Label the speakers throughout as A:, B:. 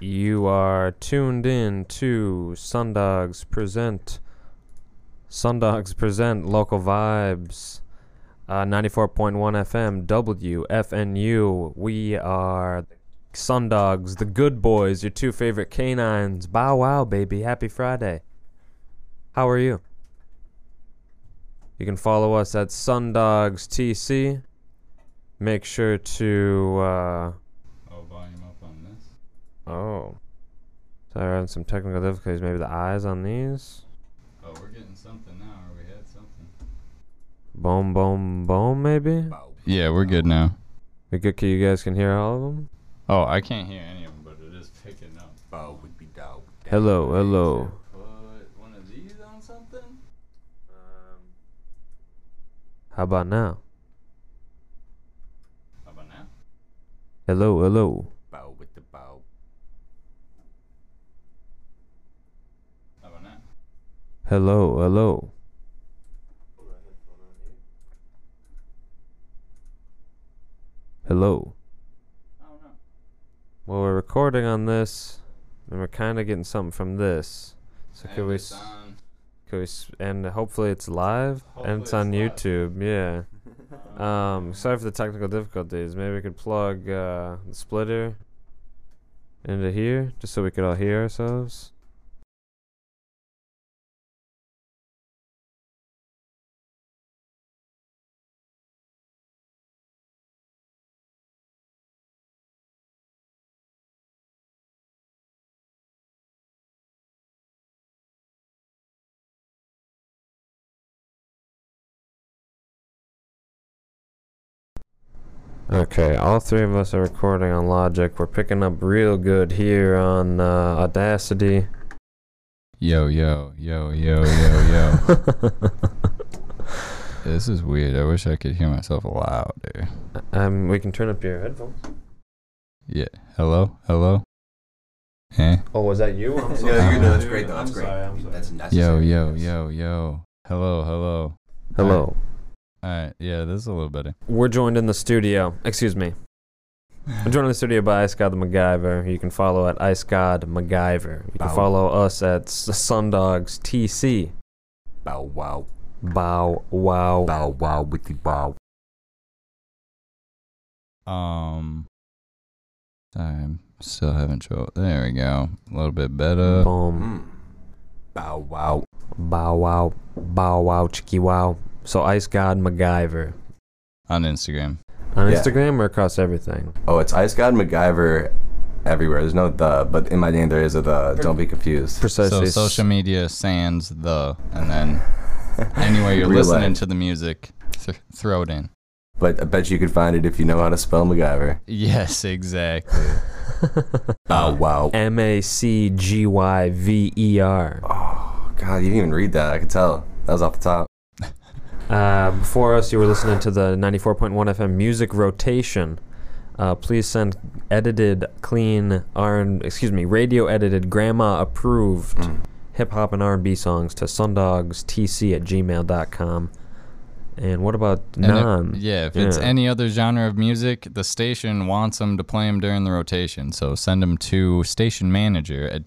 A: You are tuned in to Sundogs Present. Sundogs Present Local Vibes. Uh, 94.1 FM WFNU. We are the Sundogs, the good boys, your two favorite canines. Bow wow, baby. Happy Friday. How are you? You can follow us at Sundogs TC. Make sure to. Uh,
B: Oh, volume up on this.
A: Oh. So they're having some technical difficulties. Maybe the eyes on these.
B: Oh, we're getting something now, or we had something.
A: Boom, boom, boom. Maybe
B: Yeah, we're good now.
A: we could. You guys can hear all of them.
B: Oh, I can't hear any of them, but it is picking up.
C: Bow would be down.
B: Oh,
A: Hello, hello.
B: Put one of these on something?
A: How about now?
B: How about now?
A: Hello, hello.
C: Bow with the bow.
B: How about now?
A: Hello, hello. Hello.
B: I don't know.
A: Well, we're recording on this, and we're kind of getting something from this. So could
B: And
A: we?
B: it's
A: s-
B: on.
A: Could we s- and hopefully it's live and
B: Hopefully
A: it's on
B: it's
A: YouTube. Yeah. Um, sorry for the technical difficulties. Maybe we could plug uh, the splitter into here just so we could all hear ourselves. Okay, all three of us are recording on Logic. We're picking up real good here on uh, Audacity.
B: Yo, yo, yo, yo, yo, yo. this is weird. I wish I could hear myself louder.
A: um, we can turn up your headphones.
B: Yeah. Hello? Hello? Eh?
A: Oh, was that you?
C: no,
A: I'm
C: you
A: so
B: sorry.
C: no, that's
A: sorry.
C: great though. That's
A: I'm
C: great.
A: sorry, I'm sorry.
C: That's
B: Yo,
C: necessary.
B: yo, yo, yo. Hello, hello.
A: Hello.
B: Alright, yeah, this is a little better.
A: We're joined in the studio. Excuse me. We're joined in the studio by Ice God the MacGyver. who You can follow at Ice God MacGyver. You can
C: Bow.
A: follow us at S- Sundogs TC.
C: Bow wow.
A: Bow wow.
C: Bow wow with the bow.
B: Um, I'm still having trouble. There we go. A little bit better.
A: Boom.
C: Mm. Bow wow.
A: Bow wow. Bow wow. Chicky wow. So Ice God MacGyver.
B: On Instagram.
A: On
C: Yeah.
A: Instagram or across everything?
C: Oh, it's Ice God MacGyver everywhere. There's no the, but in my name there is a the. Don't be confused.
A: Precisely.
B: So social media sans the, and then anywhere you're
C: Real
B: listening
C: life.
B: to the music, th- throw it in.
C: But I bet you could find it if you know how to spell MacGyver.
B: Yes, exactly.
C: Bow wow.
A: M A C G Y V E R.
C: Oh God, you didn't even read that. I could tell. That was off the top.
A: Uh, before us, you were listening to the 94.1 FM music rotation. Uh, please send edited, clean R and excuse me, radio edited, grandma approved hip hop and R and B songs to sundogstc at gmail.com. And what about
B: And if-
A: non?
B: yeah, if it's
A: yeah.
B: any other genre of music, the station wants them to play them during the rotation. So send them to station manager at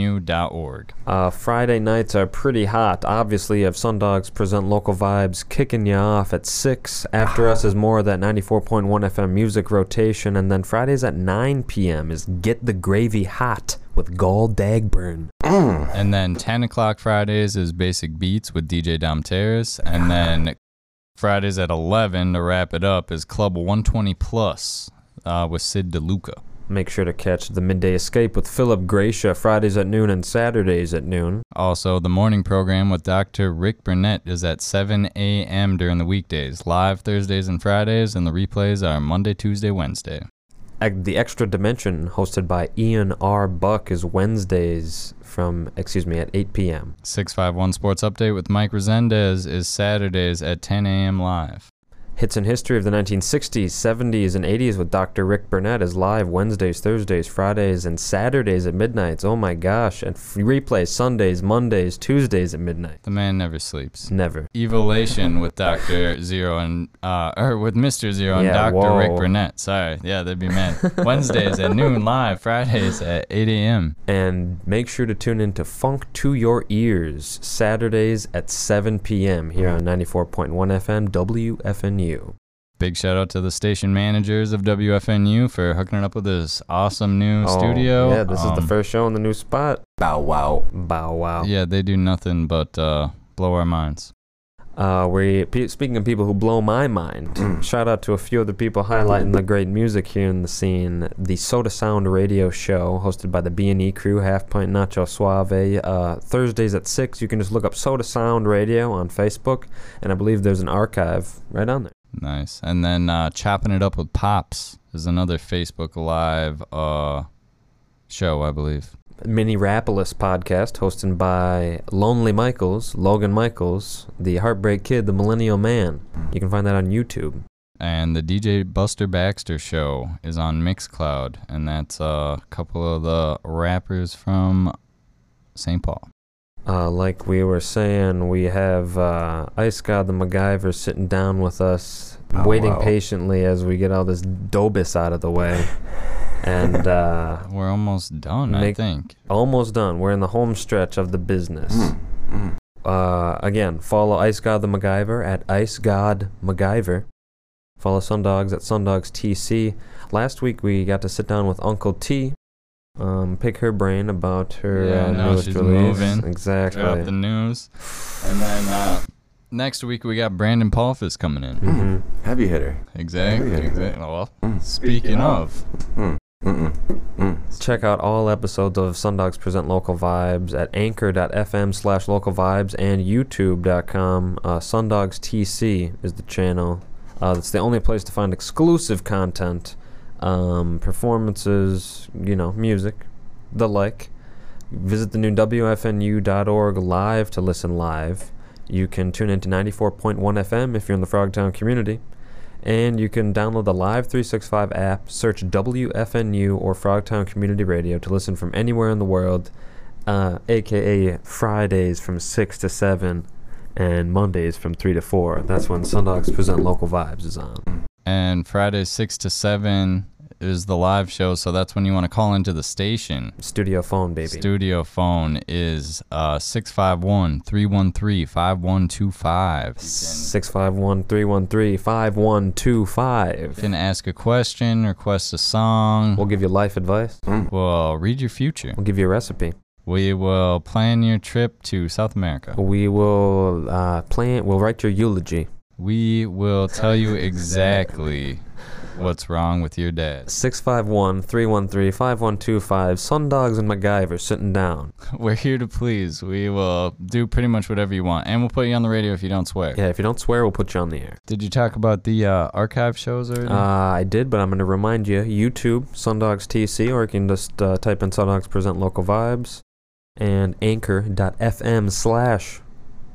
B: wfnu.org.
A: Uh, Friday nights are pretty hot. Obviously, you have Sundogs present local vibes kicking you off at 6. After us is more of that 94.1 FM music rotation. And then Fridays at 9 p.m. is Get the Gravy Hot with Gall Dagburn.
B: And then 10 o'clock Fridays is Basic Beats with DJ Dom Terrace. And then Fridays at 11 to wrap it up is Club 120 Plus uh, with Sid DeLuca.
A: Make sure to catch the Midday Escape with Philip Gracia Fridays at noon and Saturdays at noon.
B: Also, the morning program with Dr. Rick Burnett is at 7 a.m. during the weekdays, live Thursdays and Fridays, and the replays are Monday, Tuesday, Wednesday.
A: Ex- The Extra Dimension, hosted by Ian R. Buck, is Wednesdays from, excuse me, at 8 p.m.
B: 651 Sports Update with Mike Resendez is Saturdays at 10 a.m. live.
A: Hits and History of the 1960s, 70s, and 80s with Dr. Rick Burnett is live Wednesdays, Thursdays, Fridays, and Saturdays at midnights. Oh my gosh. And f- replays Sundays, Mondays, Tuesdays at midnight.
B: The man never sleeps.
A: Never.
B: Evilation with Doctor Zero and uh, or with Mister Zero and
A: Yeah,
B: Doctor Rick
A: whoa.
B: Burnett. Sorry, yeah, they'd be mad. Wednesdays at noon live. Fridays at 8 a.m.
A: And make sure to tune in to Funk to Your Ears Saturdays at 7 p.m. here on 94.1 FM WFNU.
B: Big shout out to the station managers of WFNU for hooking it up with this awesome new studio.
A: Oh, Yeah, this is the
B: Um,
A: first show in the new spot.
C: Bow wow.
A: Bow wow.
B: Yeah, they do nothing but uh, blow our minds.
A: Uh, we pe- speaking of people who blow my mind. shout out to a few other people highlighting the great music here in the scene. The Soda Sound Radio Show, hosted by the B and E crew, Half Pint Nacho Suave. Uh, Thursdays at six. You can just look up Soda Sound Radio on Facebook, and I believe there's an archive right on there.
B: Nice. And then uh, chopping it up with pops is another Facebook Live uh, show, I believe.
A: Minneapolis podcast, hosted by Lonely Michaels, Logan Michaels, the Heartbreak Kid, the Millennial Man. You can find that on YouTube.
B: And the DJ Buster Baxter show is on Mixcloud, and that's uh, a couple of the rappers from St. Paul.
A: Uh, like we were saying, we have uh, Ice God the MacGyver sitting down with us,
C: Oh,
A: waiting
C: wow.
A: patiently as we get all this dobis out of the way. and uh,
B: We're almost done, I
A: Make-
B: think.
A: almost done. We're in the home stretch of the business.
C: Mm.
A: Uh, again, follow Ice God the MacGyver at Ice God MacGyver. Follow Sundogs at Sundogs TC. Last week we got to sit down with Uncle T, um, pick her brain about her
B: Yeah,
A: uh,
B: now
A: newest
B: she's
A: release.
B: moving.
A: Exactly.
B: Drop the news. And then uh, next week, we got Brandon Paulfus coming in.
A: hmm
C: Heavy hitter.
B: Exactly.
C: Yeah.
B: exactly. Well,
C: Mm.
B: speaking of,
C: Hmm. Mm-mm. Mm.
A: Check out all episodes of Sundogs Present Local Vibes at anchor.fm slash local vibes and youtube.com. Uh, Sundogs TC is the channel. Uh, it's the only place to find exclusive content, um, performances, you know, music, the like. Visit the new WFNU.org live to listen live. You can tune into 94.1 FM if you're in the Frogtown community. And you can download the Live 365 app, search WFNU or Frogtown Community Radio to listen from anywhere in the world, uh, aka Fridays from 6 to 7 and Mondays from 3 to 4. That's when Sundogs Present Local Vibes is on.
B: and Friday six to seven is the live show, so that's when you want to call into the station.
A: Studio phone, baby.
B: Studio phone is uh 651 313 5125. You
A: 651 313 5125.
B: can ask a question, request a song,
A: We'll give you life advice,
B: we'll read your future.
A: we'll give you a recipe.
B: We will plan your trip to South America.
A: We will uh, plan, we'll write your eulogy.
B: We will tell you exactly what's wrong with your dad.
A: 651 313 5125. Sundogs and MacGyver sitting down.
B: We're here to please. We will do pretty much whatever you want, and we'll put you on the radio if you don't swear.
A: Yeah, if you don't swear, we'll put you on the air.
B: Did you talk about the uh, archive shows already?
A: Uh, I did, but I'm going to remind you YouTube, Sundogs TC, or you can just uh, type in Sundogs Present Local Vibes and anchor.fm slash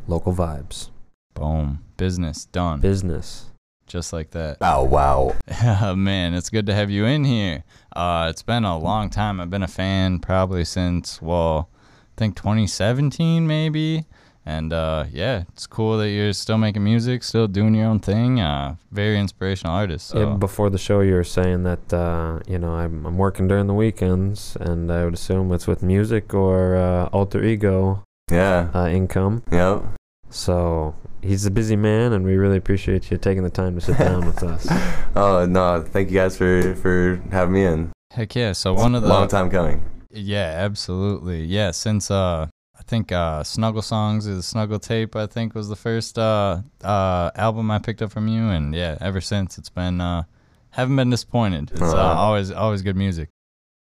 A: local vibes.
B: Boom. Business done.
A: Business.
B: Just like that.
C: Bow wow.
B: Man, it's good to have you in here. Uh, it's been a long time. I've been a fan probably since, well, I think 2017 maybe. And uh, yeah, it's cool that you're still making music, still doing your own thing. Uh, very inspirational artist. So.
A: Yeah, before the show, you were saying that, uh, you know, I'm, I'm working during the weekends, and I would assume it's with music or uh, alter ego
C: Yeah.
A: uh, income.
C: Yep.
A: So he's a busy man, and we really appreciate you taking the time to sit down with us.
C: Oh no! Thank you guys for for having me in.
B: Heck yeah. So one of the.
C: Long time coming.
B: Yeah, absolutely. Yeah, since uh I think uh Snuggle Songs is Snuggle Tape, I think was the first uh uh album I picked up from you and yeah, ever since it's been uh haven't been disappointed. It's uh,
A: Uh-huh.
C: Aw.
B: always always good music.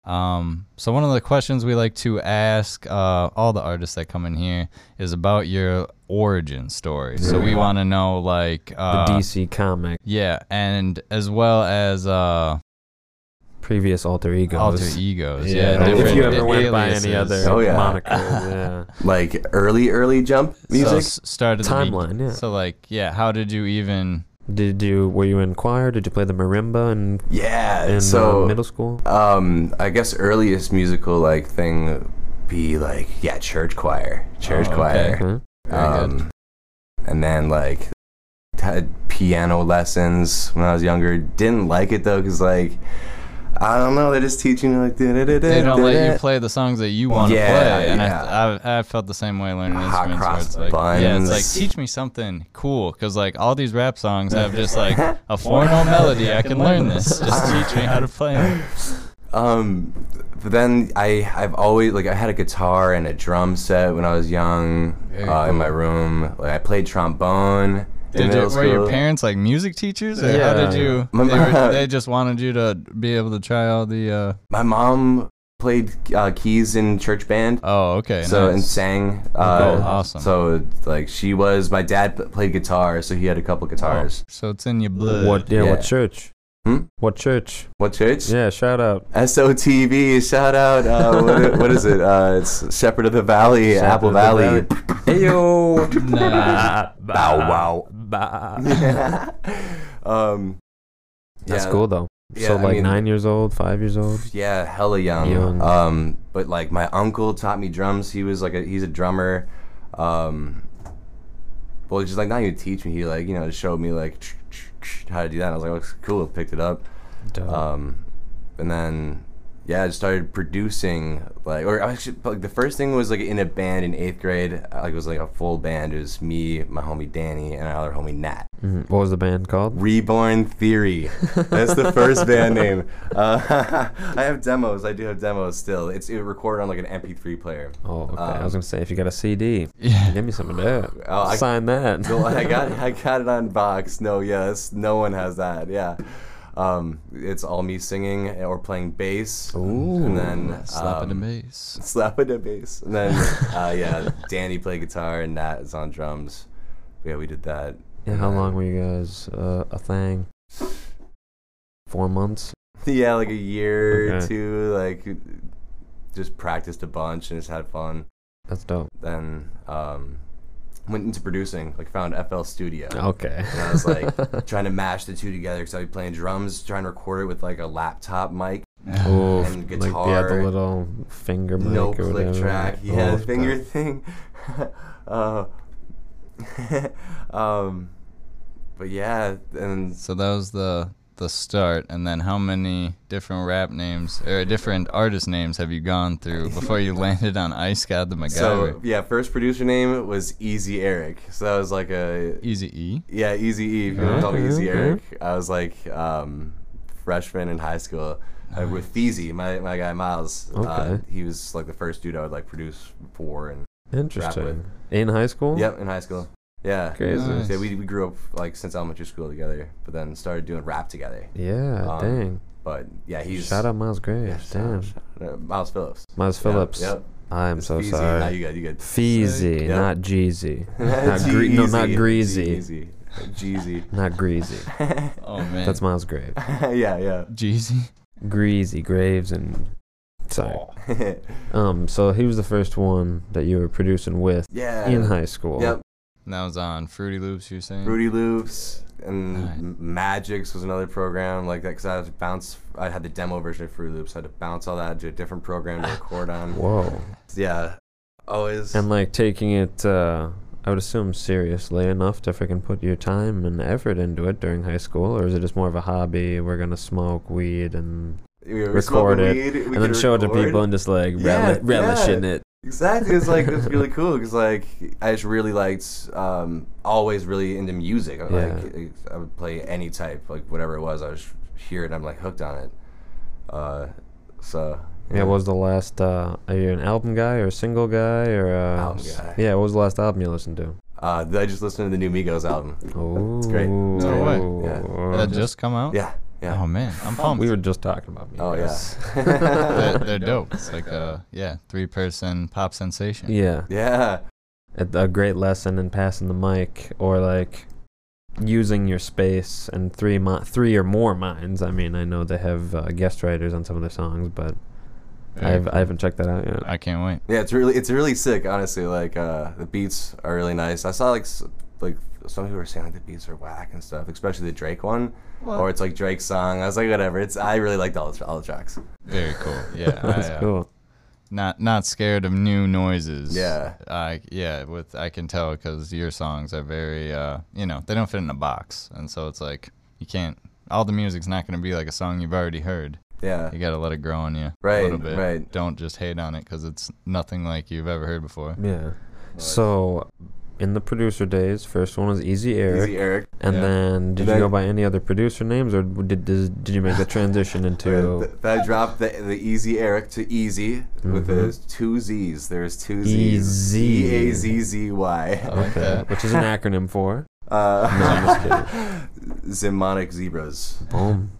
B: Um so one of the questions we like to ask uh all the artists that come in here is about your origin story. So we want to know like
A: The
B: uh
A: DC comic,
B: yeah, and as well as uh
A: previous alter egos.
B: alter egos.
A: Yeah,
B: Yeah,
C: if
B: different
C: you ever
A: went by any
B: aliases.
A: other-
C: Oh yeah.
A: Monica, yeah.
C: Like early, early jump music.
B: So s- started the
A: Timeline, yeah.
B: So like, yeah, how did you even
A: Did you were you in choir? Did you play the marimba in,
C: Yeah.
A: in
C: so
A: uh, middle school?
C: um, I guess earliest musical like thing would be like yeah, church choir, church
B: Oh, okay.
C: choir, Um,
A: Huh?
B: Very good.
C: and then like had piano lessons when I was younger. Didn't like it though, because like I don't know, they're just teaching me like
B: They don't let you play the songs that you want to
C: Yeah,
B: play, and
C: yeah.
B: I, I, I felt the same way learning instruments.
C: Hot
B: where
C: cross
B: it's like, yeah, it's like
C: buns.
B: teach me something cool, because like all these rap songs have just like a four note melody. I can learn this. Just teach me how to play it.
C: Um, but then I I've always like I had a guitar and a drum set when I was young
B: Very
C: uh, in my
B: cool.
C: room. Like I played trombone. in
B: Did you,
C: middle
B: were your
C: school.
B: parents like music teachers, or how
A: Yeah.
B: did you? They,
C: My
B: were,
C: mom-
B: they just wanted you to be able to try all the. Uh,
C: My mom played uh, keys in church band.
B: oh, okay.
C: so
B: nice.
C: and sang. Uh,
B: Oh, awesome.
C: So like she was. My dad p- played guitar, so he had a couple guitars.
B: So it's in your blood.
A: What yeah,
C: Yeah.
A: What church?
C: Hmm?
A: What church?
C: What church?
A: Yeah. Shout out.
C: SOTV. Shout out. Uh, what, i- what is it? Uh, it's Shepherd of the Valley,
A: Shepherd
C: Apple
A: of the
C: Valley.
A: Hey yo.
B: Nah.
C: Bow wow.
A: Bah.
C: Yeah. um,
A: That's
C: yeah.
A: cool though. so
C: I
A: like
C: mean,
A: nine years old, five years old.
C: Yeah, hella young.
A: Young.
C: Um, but like my uncle taught me drums. He was like a, he's a drummer. Um, well, just like not even teach me. He like you know showed me like how to do that. And I was like, oh, cool. Picked it up. Um, and then yeah, I just started producing like or actually like the first thing was like in a band in eighth grade. Like it was like a full band. It was me, my homie Danny, and our other homie Nat.
A: Mhm. What was the band called?
C: Reborn Theory. That's the first band name. Uh, I have demos. I do have demos still. It's it recorded on like an MP3 player.
A: Oh, okay. I
C: Um,
A: was gonna say if you got a CD,
B: Yeah.
A: give me some of that.
C: Oh, I-
A: Sign that.
C: So I got I got it on Vox. No, yes, no one has that. Yeah. Um, it's all me singing or playing bass, and then
B: Slapping
C: um,
B: the bass.
C: slapping a bass, and then uh, yeah, Danny played guitar and Nat is on drums. Yeah, we did that.
A: Yeah, how long were you guys uh, a thing? Four months.
C: Yeah, like a year
A: Okay.
C: or two, like just practiced a bunch and just had fun.
A: That's dope.
C: Then um, went into producing, like found FL Studio.
A: Okay.
C: And I was like trying to mash the two together because I'd be playing drums, trying to record it with like a laptop mic,
A: Oof, like
C: and
A: yeah, the
C: guitar.
A: little finger mic
C: no
A: or
C: click
A: whatever.
C: track. Yeah,
A: Oof,
C: finger
A: that-
C: thing. uh, um, but yeah, and
B: So that was the the start, and then how many different rap names or different artist names have you gone through before you landed on Ice God the MacGyver?
C: so yeah, first producer name was Easy Eric, so that was like a
B: Easy E.
C: Yeah, Easy E. People
A: Yeah,
C: call me Easy
A: yeah,
C: Eric. I was like um, freshman in high school uh, with Theezy, my, my guy Miles. Uh,
A: Okay.
C: he was like the first dude I would like produce for and
A: Interesting. In high school.
C: yep in high school. Yeah,
A: Oh. Crazy.
B: Nice.
C: So we we grew up like since elementary school together, but then started doing rap together.
A: Yeah.
C: Um,
A: dang.
C: But yeah, he's
A: Shout out Miles
C: Yeah,
A: Graves.
C: shout out-
A: damn.
C: shout out- uh, Miles Phillips.
A: Miles Phillips.
C: Yep.
A: I am
C: It's
A: so
C: Feezy. Nah,
A: sorry.
C: you good. You good.
A: Feezy,
C: Yep. E
A: not Jeezy. not gre- no, not
C: G-Eazy.
A: Greasy.
C: G-Eazy. Jeezy.
A: Not Greasy.
B: Oh man,
A: That's Miles Graves.
C: yeah, yeah.
B: Jeezy.
A: Greasy Graves and sorry. Um, so he was the first one that you were producing with
C: yeah.
A: in high school.
C: Yep.
B: And that was on Fruity Loops. You're
A: Mm.
B: saying.
C: Fruity Loops and
B: Nice.
C: M- Magix was another program like that because I had to bounce. I had the demo version of Fruity Loops. I had to bounce all that to a different program to record on.
A: Whoa.
C: yeah, always.
A: And like taking it, uh, I would assume seriously enough to freaking put your time and effort into it during high school, or is it just more of a hobby? We're gonna smoke weed and
C: we were
A: record
C: smoking
A: it,
C: weed, we
A: and then
C: could
A: show it to
C: record.
A: people and just like
C: Yeah,
A: rel- relish
C: yeah.
A: in it.
C: Exactly, it's like it's really cool because like I just really liked, um, always really into music. Like I would play any type, like whatever it was. I was hear it, and I'm like hooked on it. Uh, so
A: Yeah, what was the last? Uh, are you an album guy or a single guy or? Uh,
C: Album
A: s-
C: guy.
A: Yeah, what was the last album you listened to?
C: uh, I just listened to the new Migos album.
A: Oh,
C: It's great. It's
B: No
C: great.
B: way.
C: Yeah.
B: Did that just come out?
C: Yeah, yeah.
B: Oh man, I'm pumped.
A: We were just talking about me.
C: Oh yeah.
B: they're, they're dope. It's like a yeah, three person pop sensation.
A: Yeah,
C: yeah.
A: a, a great lesson in passing the mic or like using your space and three mi- three or more minds. I mean, I know they have uh, guest writers on some of their songs, but I've I haven't checked that out yet.
B: I can't wait.
C: Yeah, it's really it's really sick, honestly. Like uh the beats are really nice. I saw like s- like some people were saying like the beats are whack and stuff, especially the Drake one,
B: Well-
C: or it's like Drake's song. I was like, whatever. It's I really liked all the all the tracks.
B: Very cool. Yeah,
A: That's
B: I, uh,
A: cool.
B: Not not scared of new noises.
C: Yeah.
B: I yeah. With I can tell because your songs are very uh you know they don't fit in a box and so it's like you can't all the music's not gonna be like a song you've already heard.
C: Yeah,
B: You gotta let it grow on you a
C: Right,
B: little bit.
C: right.
B: Don't just hate on it because it's nothing like you've ever heard before.
A: Yeah. So, in the producer days, first one was Easy Eric,
C: Easy Eric.
A: and
B: Yeah.
A: then did
C: And
A: you
C: then-
A: go by any other producer names, or did did, did you make the transition
C: Uh,
A: into
C: th- I dropped the, the easy Eric to easy
A: Mm-hmm.
C: with the two Z's. There's two Z's.
A: Easy.
C: E A Z Z
B: I
C: Y.
B: like that.
A: which is an acronym for? Oh. No,
C: Uh,
A: I'm just kidding.
C: Zymonic zebras.
A: Boom.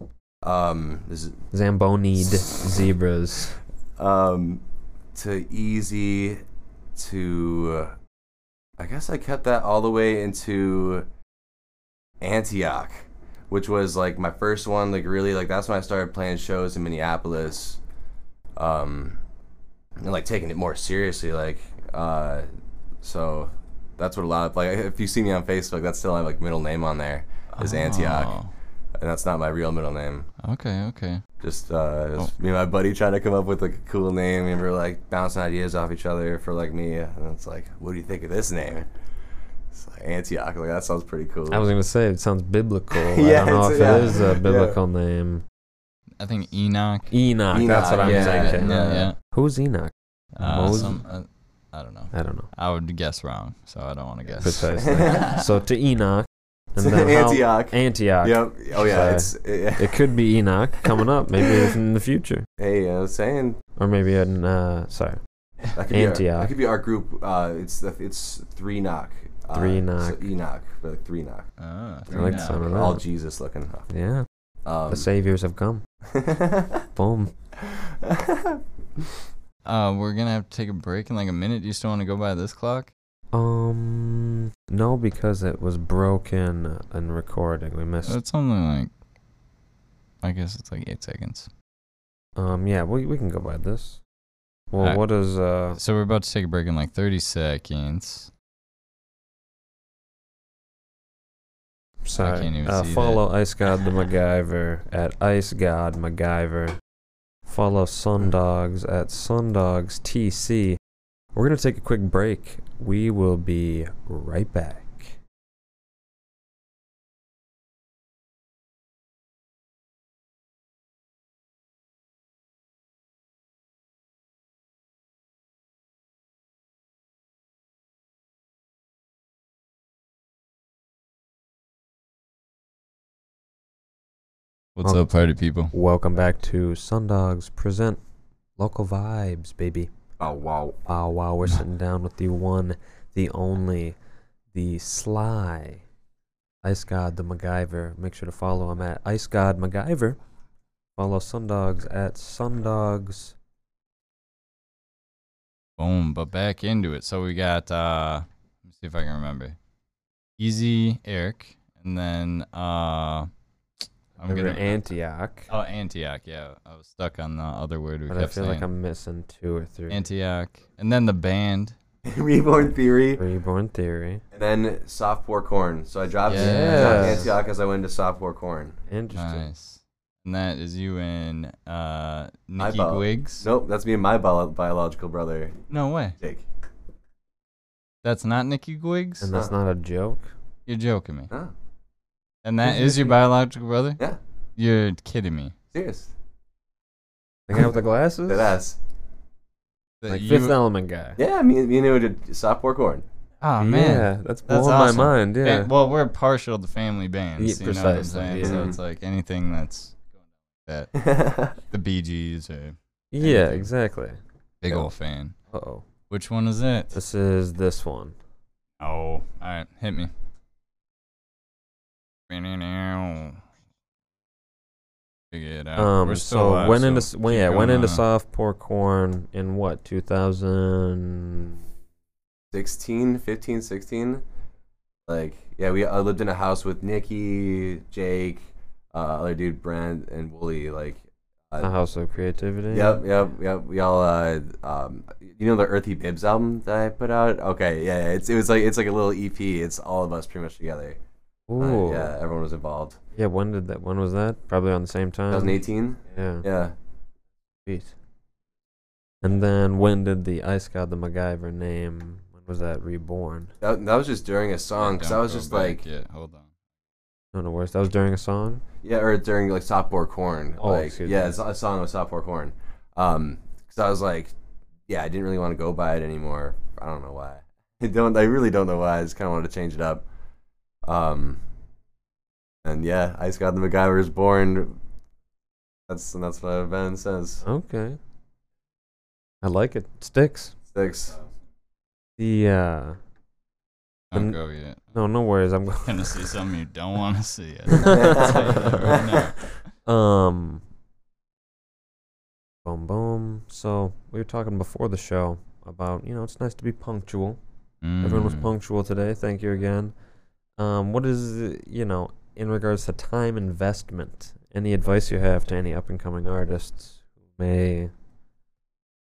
C: Um, z-
A: Zambonied zebras.
C: um, to easy to. I guess I kept that all the way into Antioch, which was like my first one. Like really, like that's when I started playing shows in Minneapolis. um and like taking it more seriously like uh so that's what a lot of like if you see me on facebook that's still my like middle name on there is antioch and that's not my real middle name
B: Oh, okay. Okay.
C: just uh it
A: Oh.
C: was me and my buddy trying to come up with like a cool name and we're like bouncing ideas off each other for like me and it's like what do you think of this name it's like antioch like that sounds pretty cool
A: I was gonna say it sounds biblical.
C: Yeah,
A: I don't know
C: it's-
A: if
C: yeah.
A: it is a
C: Yeah.
A: biblical name.
B: I think Enoch.
A: Enoch, That's what I'm
C: Enoch, yeah,
A: thinking.
C: yeah.
A: Who's Enoch?
B: Uh,
A: Moses?
B: some, uh, I don't know.
A: I don't know.
B: I would guess wrong, so I don't want to guess.
A: Precisely. so to Enoch, and then how-
C: antioch
A: Antioch.
C: yep oh yeah
A: Sorry.
C: it's yeah.
A: It could be Enoch coming up, maybe it's in the future,
C: hey i was saying
A: or maybe in uh, sorry,
C: That could be our-
A: Antioch.
C: that could be our group. Uh, it's the, it's three knock. Uh,
A: Three
C: So
A: knock.
C: Enoch, but like three knock.
B: Ah,
A: I like the
B: Enoch.
A: sound of that.
C: All Jesus looking.
A: yeah,
C: Um,
A: the saviors have come. Boom.
B: Uh, we're gonna have to take a break in like a minute. Do you still want to go by this clock?
A: Um, no, because it was broken in recording. We missed.
B: It's only like, I guess it's like eight seconds.
A: Um, yeah, we we can go by this. Well,
B: Alright.
A: what is uh?
B: So we're about to take a break in like thirty seconds.
A: Sorry,
B: can't even
A: uh,
B: see that.
A: follow Ice God the MacGyver at Ice God MacGyver. Follow Sundogs at Sundogs TC. We're gonna take a quick break. We will be right back.
B: What's
A: Oh.
B: up, party people?
A: Welcome back to Sundogs Present Local Vibes, baby.
C: oh wow.
A: Wow, wow, we're sitting down with the one, the only, the sly Ice God the MacGyver. Make sure to follow him at Ice God MacGyver. Follow Sundogs at Sundogs.
B: Boom! But back into it. So we got. uh Let me see if I can remember. Easy Eric, and then uh, I'm
A: Remember
B: gonna
A: Antioch.
B: Oh, Antioch. Yeah, I was stuck on the other word we
A: But I
B: kept
A: feel
B: saying.
A: like I'm missing two or three.
B: Antioch, and then the band.
C: Reborn theory.
A: Reborn Theory.
C: And then sophomore corn. So I dropped, I dropped
A: Yes.
C: Antioch as I went into sophomore corn.
A: Interesting.
B: Nice. And that is you and uh, Nikki
C: bow.
B: Gwigs.
C: Nope, that's me and my bio- biological brother
B: No way.
C: Jake.
B: That's not Nikki Gwigs.
A: And that's not a joke.
B: You're joking me.
C: Huh?
B: And that
C: Who's
B: is your biological brother.
C: Yeah.
B: You're kidding me.
C: Serious.
A: The guy with the glasses?
C: That ass.
B: That
A: like
B: you-
A: Fifth Element guy.
C: Yeah, me, me and him did sophomore corn.
B: oh man.
A: Yeah, that's blowing
B: That's awesome.
A: my mind. Yeah.
B: Fa- well, we're partial to family bands.
A: Yeah,
B: you know what I'm
A: precisely,
B: saying?
A: yeah.
B: So it's like anything that's that the Bee Gees or
A: Yeah,
B: Anything.
A: exactly.
B: big
C: Yeah.
B: old fan.
A: Uh oh.
B: Which one is it?
A: This is this one.
B: Oh, all right, hit me. Figure it out.
A: um,
B: We're still
A: so
B: alive,
A: went into s-
B: so
A: well,
B: keep
A: yeah,
B: going
A: went into
B: on.
A: soft pork corn in what 2000?
C: 16, 15, 16. Like, yeah, we I lived in a house with Nikki, Jake, uh, other dude Brent, and Wooly. Like,
A: A house of creativity.
C: Yep, yep, yep. Y'all, uh, um, you know the Earthy Bibs album that I put out? Okay, yeah, it's it was like it's like a little EP. It's all of us pretty much together. Uh,
A: Ooh.
C: yeah,
A: yeah.
C: everyone was involved.
A: When did that? When was that? Probably on the same time.
C: 2018.
A: Yeah.
C: Yeah.
A: Sweet. And then when did the Ice God the MacGyver name? When was that reborn?
C: That, that was just during a song because I
B: Don't
C: was
B: go
C: just
B: back
C: like,
B: yet. Hold on.
A: No, no worse. That was during a song.
C: yeah, or during like softcore corn.
A: Oh,
C: like,
A: excuse
C: yeah,
A: me.
C: it's a song with softcore corn. Um, because I was like, yeah, I didn't really want to go by it anymore. I don't know why. I don't. I really don't know why. I just kind of wanted to change it up. Um, and yeah, Ice God the MacGyver is born. That's and that's what Ben says.
A: Okay. I like it. Sticks.
C: Six.
A: The uh
B: Don't
A: And-
B: go yet.
A: no, no worries. I'm
B: I'm gonna see something you don't want to see. It.
A: going. um. Boom, boom. So we were talking before the show about you know it's nice to be punctual. Everyone was
B: Mm.
A: punctual today. Thank you again. Um, what is uh, you know in regards to time investment? Any advice you have to any up and coming artists who may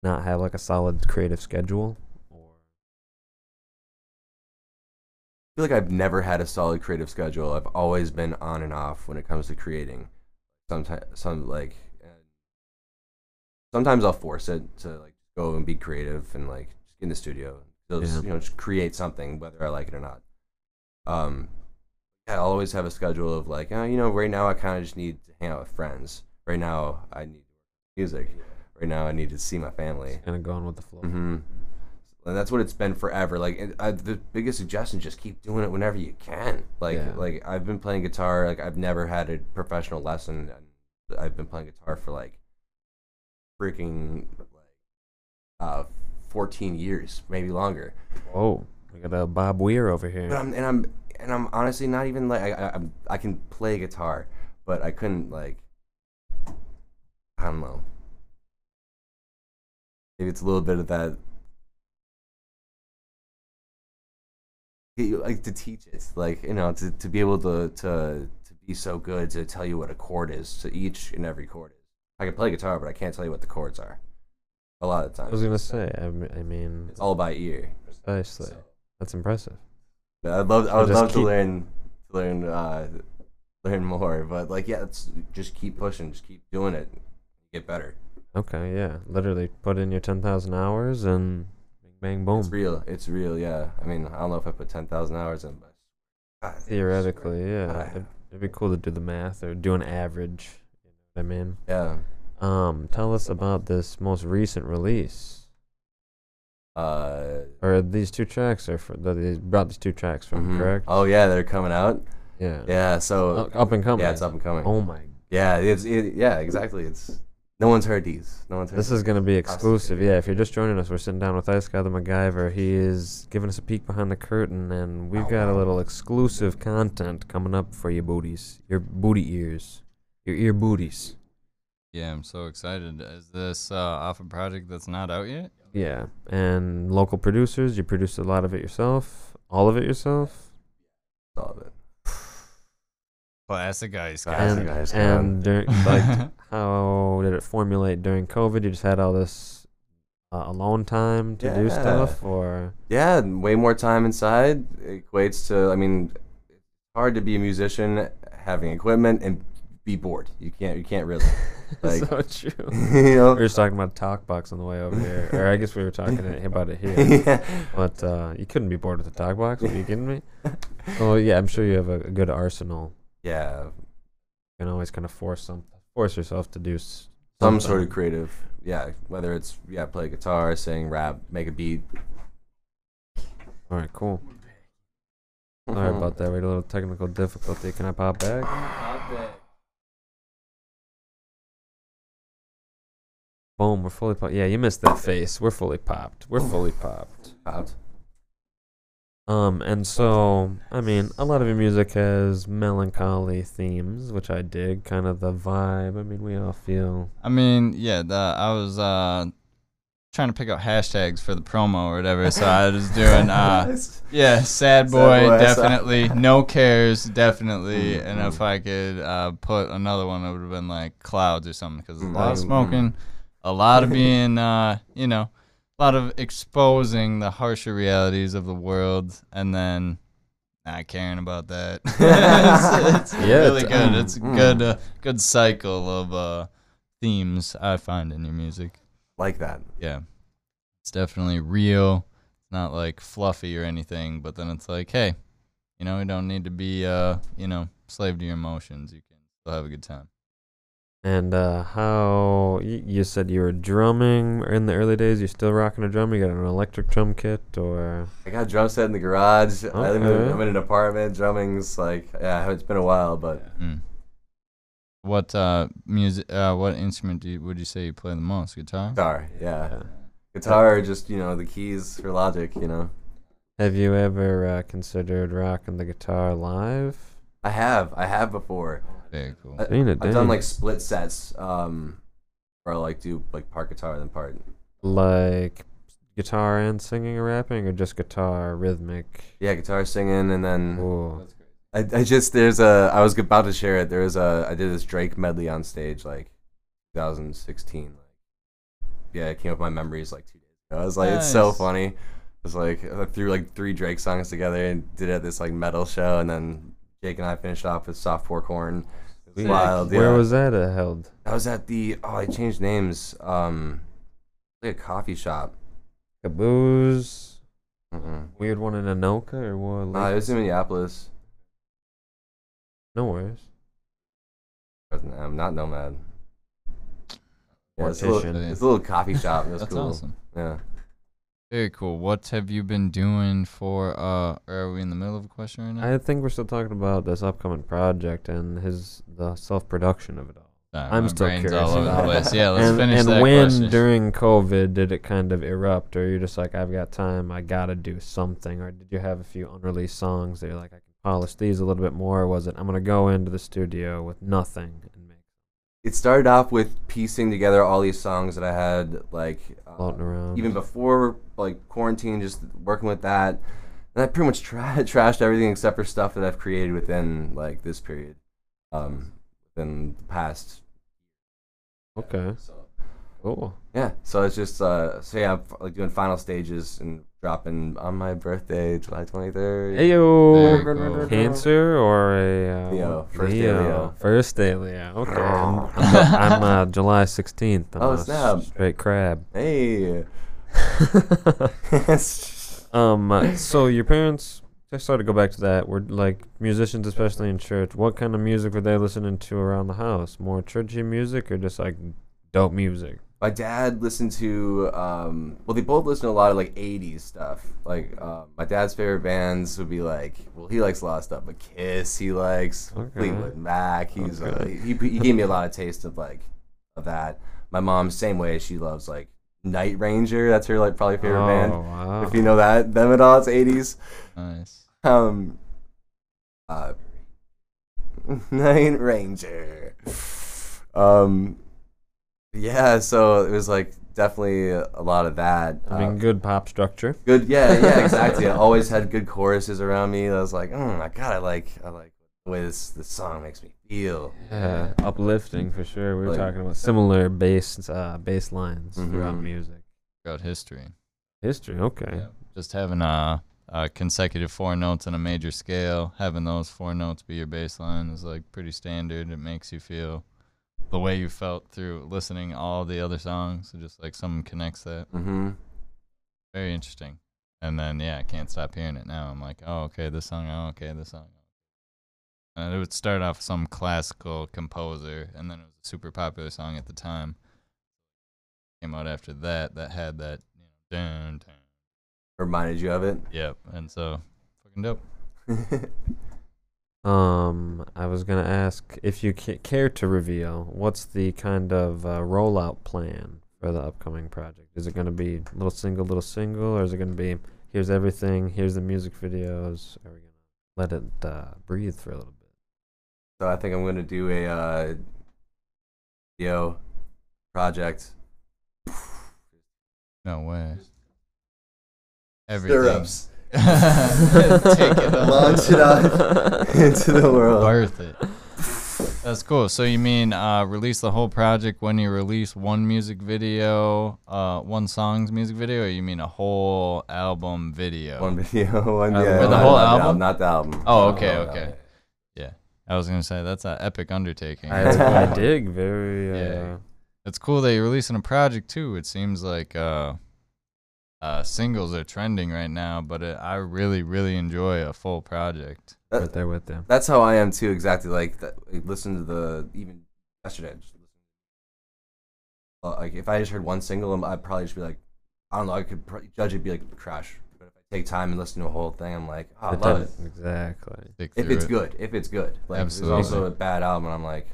A: not have like a solid creative schedule? Or
C: I feel like I've never had a solid creative schedule. I've always been on and off when it comes to creating. Sometimes, some like, uh, sometimes I'll force it to like go and be creative and like just get in the studio. So just,
A: Yeah.
C: you know, just create something whether I like it or not. Um, I always have a schedule of like, oh, you know, right now I kind of just need to hang out with friends. Right now I need music. Right now I need to see my family.
A: kind of going with the flow.
C: Mm-hmm. And that's what it's been forever. Like and I, the biggest suggestion, is just keep doing it whenever you can. Like
A: Yeah.
C: like I've been playing guitar. Like I've never had a professional lesson. And I've been playing guitar for like freaking like uh, fourteen years, maybe longer.
A: Whoa, Oh, we got a Bob Weir over here.
C: But I'm and I'm and I'm honestly not even like I I, I'm, I can play guitar, but I couldn't like I don't know. Maybe it's a little bit of that. Get you- Like to teach it, like you know, to, to be able to, to to be so good to tell you what a chord is to each and every chord is. I can play guitar, but I can't tell you what the chords are. A lot of
A: I was
C: times,
A: gonna say. I, m- I mean,
C: it's all by ear.
A: precisely.
C: so.
A: That's impressive.
C: Yeah, I'd love.
A: So
C: I would
A: just
C: love
A: keep-
C: to learn, to learn, uh, learn more. But like, yeah, it's just keep pushing, just keep doing it, get better.
A: Okay, yeah. Literally put in your ten thousand hours and bang, bang,
C: It's
A: boom.
C: real. It's real. Yeah. I mean, I don't know if I put ten thousand hours in, but God,
A: Theoretically, yeah.
C: Ah.
A: It'd, it'd be cool to do the math or do an average. You know what I mean?
C: yeah.
A: Um, tell us about this most recent release.
C: Uh,
A: Or these two tracks are for that they brought these two tracks from,
C: mhm.
A: correct?
C: Oh yeah, they're coming out.
A: yeah. Oh,
C: Yeah. So
A: Up, up and coming.
C: yeah, it's up and coming.
A: Oh my!
C: Yeah. It's it, yeah. Exactly. It's no one's heard these. No one's heard.
A: This
C: these.
A: is gonna be
C: Us.
A: exclusive. Yeah, if you're just joining us, we're sitting down with Ice Guy the MacGyver. He is giving us a peek behind the curtain, and
C: Oh,
A: we've got a little exclusive content coming up for your booties, your booty ears, your ear booties.
B: Yeah, I'm so excited. Is this uh, off a project that's not out yet?
A: Yeah, and local producers. You produce a lot of it yourself, all of it yourself,
C: all of it.
B: Classic ice.
C: Classic.
A: and
B: Guys.
C: Ice Guy.
A: and during, like how did it formulate during COVID? You just had all this uh, alone time to do
C: Yeah.
A: stuff, or
C: Yeah, and way more time inside equates to. I mean, it's hard to be a musician having equipment and be bored. You can't. You can't really. Like-
A: so true.
C: you
A: We
C: know.
A: were just talking about talk box on the way over here, or I guess we were talking it- about it here.
C: yeah.
A: But uh, you couldn't be bored with the talk box. Are you kidding me? Oh yeah, I'm sure you have a, a good arsenal.
C: Yeah.
A: You can always kind of force some, force yourself to do s-
C: Some sort of creative. Yeah. Whether it's yeah, play guitar, sing, rap, make a beat.
A: All right, cool.
C: Mhm. Mm-hmm.
A: Sorry about that. We had a little technical difficulty. Can I pop back? Boom, we're fully popped. Yeah, you missed that face. We're fully popped. We're fully popped.
C: Out.
A: Um, and so, I mean, a lot of your music has melancholy themes, which I dig. Kind of the vibe. I mean, we all feel.
B: I mean, yeah, the, I was uh, trying to pick out hashtags for the promo or whatever. So I was doing, uh, yeah, sad boy,
C: boy, I saw.
B: definitely. No cares, definitely. And if I could uh, put another one, it would have been like clouds or something because a lot of smoking, a lot of being, uh, you know, a lot of exposing the harsher realities of the world, and then. Not caring about that. it's it's
A: Yeah,
B: really
A: it's-
B: good. It's a good, uh, good cycle of uh, themes I find in your music.
C: like that.
B: Yeah. It's definitely real. It's not like fluffy or anything, but then it's like, hey, you know, you don't need to be uh, you know, slave to your emotions. You can still have a good time.
A: And uh, how y- you said you were drumming in the early days? You're still rocking a drum? You got an electric drum kit or?
C: I got a drum set in the garage. I live in,
A: Okay.
C: I'm in an apartment. Drumming's like, yeah, it's been a while, but
B: Mm. What uh music uh what instrument do you, would you say you play the most? Guitar?
C: guitar, yeah. Guitar, just, you know, the keys for Logic, you know.
A: Have you ever uh, considered rocking the guitar live?
C: I have, I have before.
B: Very cool.
C: I-
A: Ain't it
C: I've done
A: dang.
C: like split sets, um, where I like do like part guitar then part.
A: Like guitar and singing and rapping, or just guitar rhythmic?
C: Yeah, guitar singing, and then
A: Ooh.
C: I, I just there's a I was about to share it. There was a I did this Drake medley on stage like 2016. Like, yeah, it came up with my memories like two days ago. I was like, it's so
B: Nice.
C: funny. It was like I threw like three Drake songs together and did it at this like metal show, and then Jake and I finished off with Softcore Corn. It was
B: Sick.
C: wild.
A: Where
C: yeah.
A: was that uh, held?
C: I was at the oh I changed names um like a coffee shop.
A: Caboose.
C: Mm-mm.
A: Weird one in Anoka or what?
C: No, it was in Minneapolis.
A: no worries.
C: Wasn't- I'm not nomad. Yeah, it's, a
A: Partition.
C: little,
B: Brilliant.
C: it's a little coffee shop. That's,
B: That's
C: cool.
B: awesome.
C: Yeah.
B: Very cool. What have you been doing for uh are we in the middle of a question right now?
A: I think we're still talking about this upcoming project and his the self production of it all.
B: Sorry,
A: I'm
B: my
A: still
B: brain's
A: curious
B: all over the
C: about
B: place.
C: it.
B: Yeah, let's
A: and
B: finish
A: and
B: that
A: when
B: question.
A: during COVID did it kind of erupt, or you're just like, I've got time, I gotta do something, or did you have a few unreleased songs that you're like, I can polish these a little bit more, or was it I'm gonna go into the studio with nothing and make
C: It started off with piecing together all these songs that I had, like uh,
A: floating around?
C: even before like quarantine, just working with that. And I pretty much tra- trashed everything except for stuff that I've created within like this period, um, within the past.
A: okay,
C: So
A: cool.
C: yeah, so it's just uh, so yeah, I'm f- like doing final stages and dropping on my birthday, July twenty third.
B: Very
A: Ayo,
B: cool.
A: cancer or a uh,
C: Leo.
A: what-
C: First day Leo.
A: First day Leo. Okay, I'm, I'm, I'm, uh, July 16th. I'm
C: Oh,
A: a
C: snap.
A: Straight crab.
C: Hey.
A: Um. uh, So your parents, I started to go back to that. Were like musicians, especially in church. What kind of music were they listening to around the house? More churchy music or just like dope music?
C: My dad listened to um, well, they both listened to a lot of like '80s stuff. Like um, my dad's favorite bands would be like, well, he likes a lot of stuff, but Kiss, he likes
A: Okay.
C: Fleetwood Mac. He's uh,
A: Okay.
C: he, he gave me a lot of taste of like of that. My mom, same way, she loves like Night Ranger. That's her like probably favorite
A: oh
C: band.
A: wow.
C: If you know that them at all, it's '80s.
B: nice.
C: Um, uh, Night Ranger. Um, yeah, so it was like definitely a lot of that.
A: I mean,
C: Uh,
A: good pop structure.
C: good, yeah, yeah, exactly. I always had good choruses around me. I was like, oh my god, I like, I like the way this this song makes me feel.
A: Yeah, uplifting for sure. We were
C: Like-
A: talking about similar bass uh, bass lines throughout
C: Mhm.
A: music
B: Throughout history.
A: history. Okay.
B: Yeah. Just having a, a consecutive four notes on a major scale, having those four notes be your bass line is like pretty standard. It makes you feel the way you felt through listening to all the other songs. So just like someone connects that.
C: Mm-hmm.
B: Very interesting. And then yeah, I can't stop hearing it now. I'm like, oh okay, this song. Oh okay, this song. And it would start off with some classical composer, and then it was a super popular song at the time. Came out after that that had that you know, dun, dun,
C: Reminded you of it.
B: Yep, and so fucking dope.
A: Um, I was gonna ask if you ca- care to reveal what's the kind of uh, rollout plan for the upcoming project. Is it gonna be little single, little single, or is it gonna be here's everything, here's the music videos? Are we gonna let it uh, breathe for a little bit?
C: so I think I'm gonna do a uh, video project.
B: No way. Everything.
C: Stirrups.
B: Take it off.
C: Launch it out into the world.
B: Worth it. That's cool. So you mean uh, release the whole project when you release one music video, uh, one song's music video, or you mean a whole album video?
C: One video, one
B: Uh,
C: yeah.
B: for the
C: not-
B: whole
C: not
B: album?
C: Not the album.
B: Oh, okay,
C: Not the
B: okay.
C: album.
B: Yeah. I was gonna say that's an epic undertaking. That's cool.
A: I, I dig. Very. Uh,
B: Yeah. It's cool that you're releasing a project too. It seems like uh, uh, singles are trending right now, but it, I really, really enjoy a full project.
A: uh, Right there with them.
C: That's how I am too. Exactly. Like that, like, listen to the even yesterday. I Just, listened- uh, like if I just heard one single, um, I'd probably just be like, I don't know. I could pr- judge it be like crush. But if I take time and listen to a whole thing, I'm like, oh, I
A: The
C: love
A: type-
C: it.
A: Exactly.
B: Stick
C: If
B: through
C: it's
B: it.
C: good, if it's good. Like
B: Absolutely.
C: there's also a bad album, and I'm like,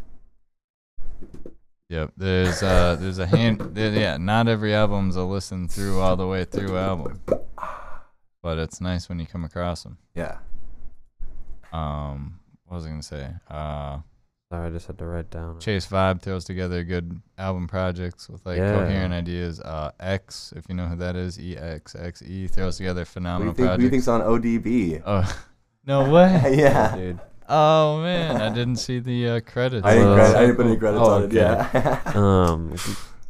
B: Yep. There's uh there's a hand there, yeah, not every album's a listen through all the way through album. But it's nice when you come across them.
C: yeah.
B: Um what was I gonna say? Uh
A: Sorry, I just had to write down.
B: Chase Vibe throws together good album projects with like
A: Yeah.
B: coherent ideas. Uh X, if you know who that is, E X X E throws together
C: What do
B: phenomenal
C: you think? Who do you
B: projects.
C: think's on ODB?
B: Oh no way.
C: yeah.
A: Dude.
B: Oh man, I didn't see the uh, credits.
C: I didn't,
A: Uh,
C: credit, I didn't put any credits
B: Oh,
C: on it.
B: okay.
C: Yeah.
A: Um,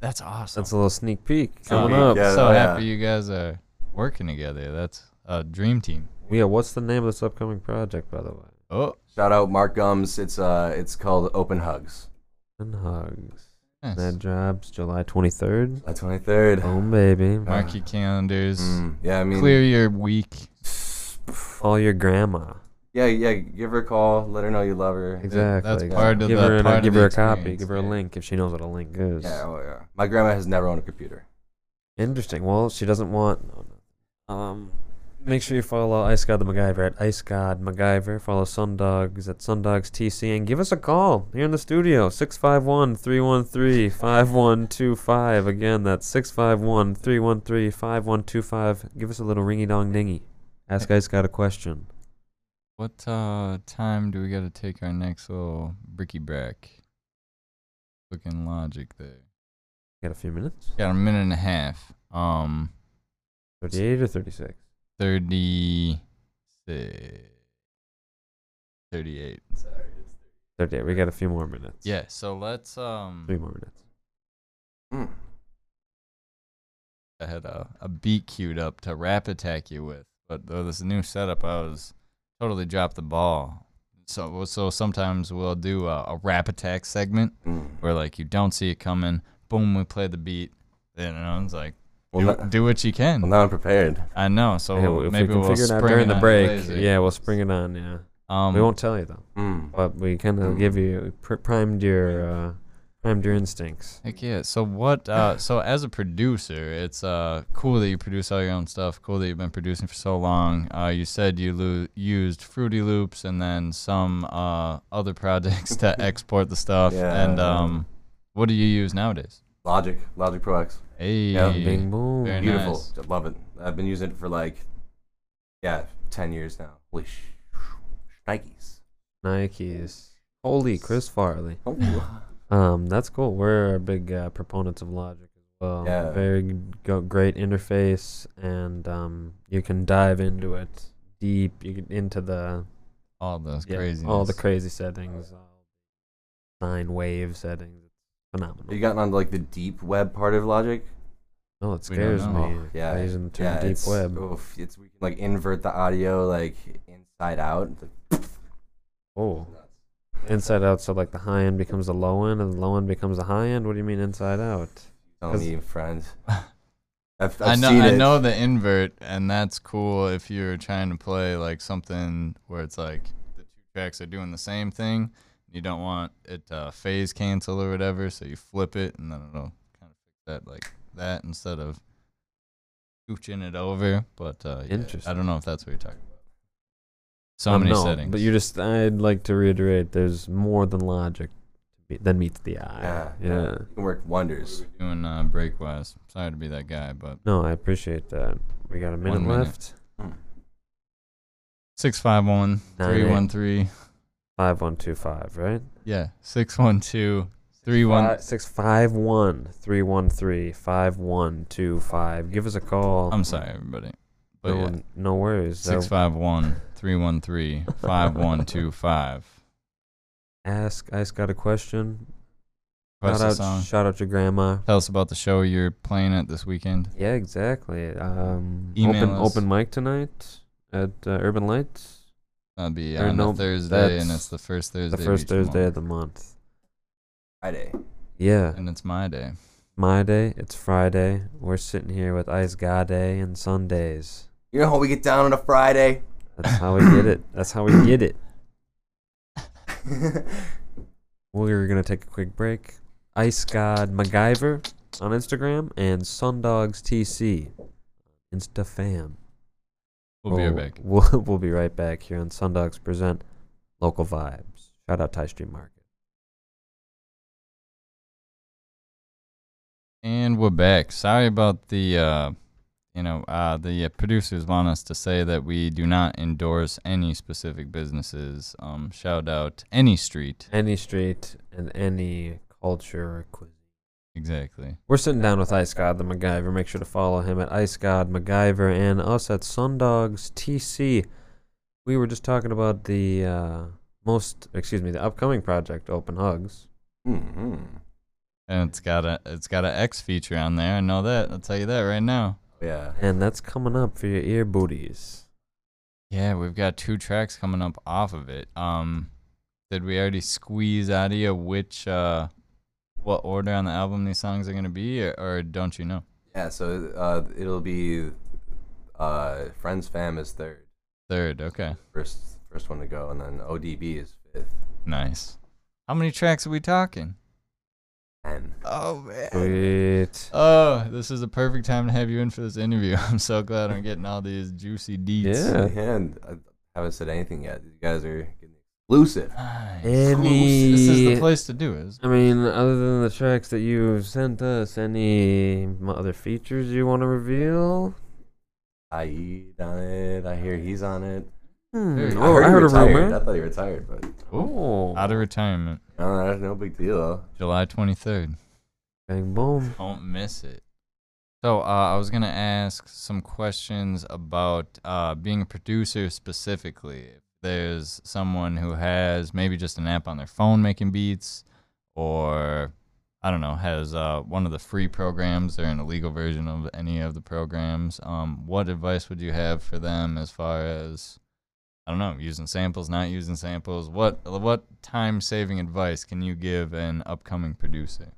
B: That's awesome.
A: that's a little sneak peek
B: Oh,
A: coming up.
C: yeah.
B: so
C: oh,
B: happy you guys are working together. That's a dream team.
A: Yeah, what's the name of this upcoming project, by the way?
B: Oh,
C: Shout out Mark Gums. It's uh, it's called Open Hugs.
A: And hugs.
B: nice.
A: That drops July 23rd.
C: That's 23rd.
A: Home baby.
B: Mark your calendars.
C: Mm, yeah, I mean,
B: Clear your week.
A: Call your grandma.
C: yeah, yeah. Give her a call. Let her know you love her.
A: Exactly.
B: part of
A: give
B: the-
A: her, an-
B: part of
A: give
B: the
A: her a copy.
B: experience,
A: Give her a
B: yeah.
A: link if she knows what a link is.
C: Yeah, oh yeah. My grandma has never owned a computer.
A: Interesting. Well, she doesn't want. no, no. Um, make sure you follow Ice God the MacGyver at Ice God MacGyver. Follow Sundogs at Sundogs TC and give us a call here in the studio 651 313 5125. Again, that's 651 313 5125. Give us a little ringy dong dingy. Ask Ice God a question.
B: What uh, time do we got to take our next little bricky brack? Looking logic there.
A: Got a few minutes?
B: Got a minute and a half. Um,
A: 38 or 36?
B: 36. 38.
A: 38. We got a few more minutes.
B: Yeah, so let's um
A: Three more minutes.
C: Mm.
B: I had a, a beat queued up to rap attack you with, but though this new setup, I was totally dropped the ball. So so sometimes we'll do a, a rap attack segment
C: Mm.
B: where like you don't see it coming, boom, we play the beat, and I was like,
C: Well,
B: do,
C: not,
B: do what you can.
C: well, now I'm prepared.
B: I know, so
A: Yeah, well, if
B: maybe
A: we can
B: will
A: figure it
B: spring
A: out during the
B: on
A: break.
B: later.
A: Yeah, we'll spring it on. Yeah.
B: um,
A: we won't tell you, though.
C: Mm.
A: but we kind of give you pr- primed your uh, primed your instincts.
B: Heck yeah! So what? Uh, so as a producer, it's uh, cool that you produce all your own stuff. Cool that you've been producing for so long. Uh, you said you lo- used Fruity Loops and then some uh, other projects to export the stuff.
C: Yeah.
B: And um, what do you use nowadays?
C: Logic, Logic Pro X,
B: Hey,
C: Yeah,
A: Bing boom.
B: Very nice.
C: beautiful. I Love it. I've been using it for like, yeah, ten years now. Holy sh- Nikes.
A: Nikes. Holy Chris Farley.
C: Oh.
A: Um, that's cool. We're big uh, proponents of logic as well.
C: Yeah.
A: Very g- go- great interface, and um, you can dive into it deep. You can into the
B: all those
A: yeah,
B: crazy.
A: all the crazy settings, all sine wave settings. Phenomenal.
C: Have you gotten on like the deep web part of Logic?
A: oh, it
B: We don't
A: scares
B: know.
A: me.
C: Yeah,
A: I using the term
C: yeah,
A: deep
C: it's,
A: web.
C: Oof, it's we can like invert the audio like inside out.
A: Oh. Inside out, so like the high end becomes the low end, and the low end becomes the high end. What do you mean inside out?
C: Tell
A: 'Cause-
C: me, friends. I've, I've
B: I know,
C: seen
B: I
C: it.
B: know the invert, and that's cool if you're trying to play like something where it's like the two tracks are doing the same thing. You don't want it to phase cancel or whatever, so you flip it, and then it'll kind of fix that like that instead of scooching it over. But uh, yeah, I
A: Interesting.
B: don't know if that's what you're talking about. So
A: Um,
B: many
A: no,
B: settings.
A: But you just, I'd like to reiterate, there's more than logic be- than meets the eye.
C: Yeah,
A: Yeah.
C: yeah. You can work wonders.
B: doing uh, break wise. Sorry to be that guy, but
A: No, I appreciate that. We got a minute
B: One minute.
A: left.
B: Hmm. six five one three one three.
A: Five one two five, right?
B: Yeah, six one two Three one.
A: Five, six five one three one three five one two five. Give us a call.
B: I'm sorry, everybody. But
A: no,
B: yeah,
A: no worries.
B: six
A: Uh,
B: five one three one three five one two five.
A: ask. I just got a question.
B: Request a
A: shout
B: song.
A: out. Shout out your grandma.
B: Tell us about the show you're playing at this weekend.
A: Yeah, exactly. Um,
B: Email
A: open
B: us.
A: open mic tonight at uh, Urban Lights.
B: That'll be
A: Or
B: on
A: no,
B: a Thursday, and
A: that's
B: it's the first Thursday.
A: The
B: of
A: first
B: each
A: Thursday of
B: month,
A: the month.
C: Friday.
A: Yeah,
B: and it's my day.
A: my day. It's Friday. We're sitting here with Ice God Day and Sundays.
C: You know how we get down on a Friday?
A: That's how we get it. That's how we get it.
C: Hmm,
A: We're gonna take a quick break. Ice God MacGyver on Instagram and Sundogs TC Instafam.
B: We'll
A: Oh.
B: be right back.
A: We'll, we'll be right back here on Sundogs Present Local Vibes. Shout out Thai Street Market.
B: And we're back. Sorry about the, uh, you know, uh, the uh, producers want us to say that we do not endorse any specific businesses. Um, shout out any street.
A: Any street and any culture or cuisine.
B: Exactly.
A: We're sitting down with Ice God the MacGyver. Make sure to follow him at Ice God MacGyver and us at Sundogs TC. We were just talking about the uh, most, excuse me, the upcoming project, Open Hugs.
C: hmm
B: And it's got a it's got an X feature on there. I know that. I'll tell you that right now.
C: Yeah.
A: And that's coming up for your ear booties.
B: Yeah, we've got two tracks coming up off of it. Um, did we already squeeze out of you which uh, what order on the album these songs are gonna be, or, or don't you know?
C: Yeah, so uh, it'll be uh, Friends Fam is third.
B: Third. Okay.
C: First first one to go, and then ODB is fifth.
B: Nice. How many tracks are we talking?
C: And
B: Oh man.
A: Sweet.
B: Oh, this is the perfect time to have you in for this interview. I'm so glad I'm getting all these juicy deets.
A: Yeah.
C: and I haven't said anything yet. You guys are getting exclusive.
B: Nice.
A: Any-
B: This is the place to do it.
A: I mean, other than the tracks that you've sent us, any m- other features you want to reveal?
C: I eat on it. I hear he's on it.
A: Hmm.
B: Hey, I
A: Oh, I
C: he
A: heard a
C: retired. I
A: rumor.
C: thought he retired, but
A: Oh,
B: Out of retirement,
C: I don't know, that's no big deal though.
B: July 23rd.
A: bang boom.
B: Don't miss it. So uh, I was gonna ask some questions about uh, being a producer specifically. If there's someone who has maybe just an app on their phone making beats, or I don't know, has uh, one of the free programs or an illegal version of any of the programs. Um, what advice would you have for them as far as I don't know, using samples, not using samples? What what time saving advice can you give an upcoming producer?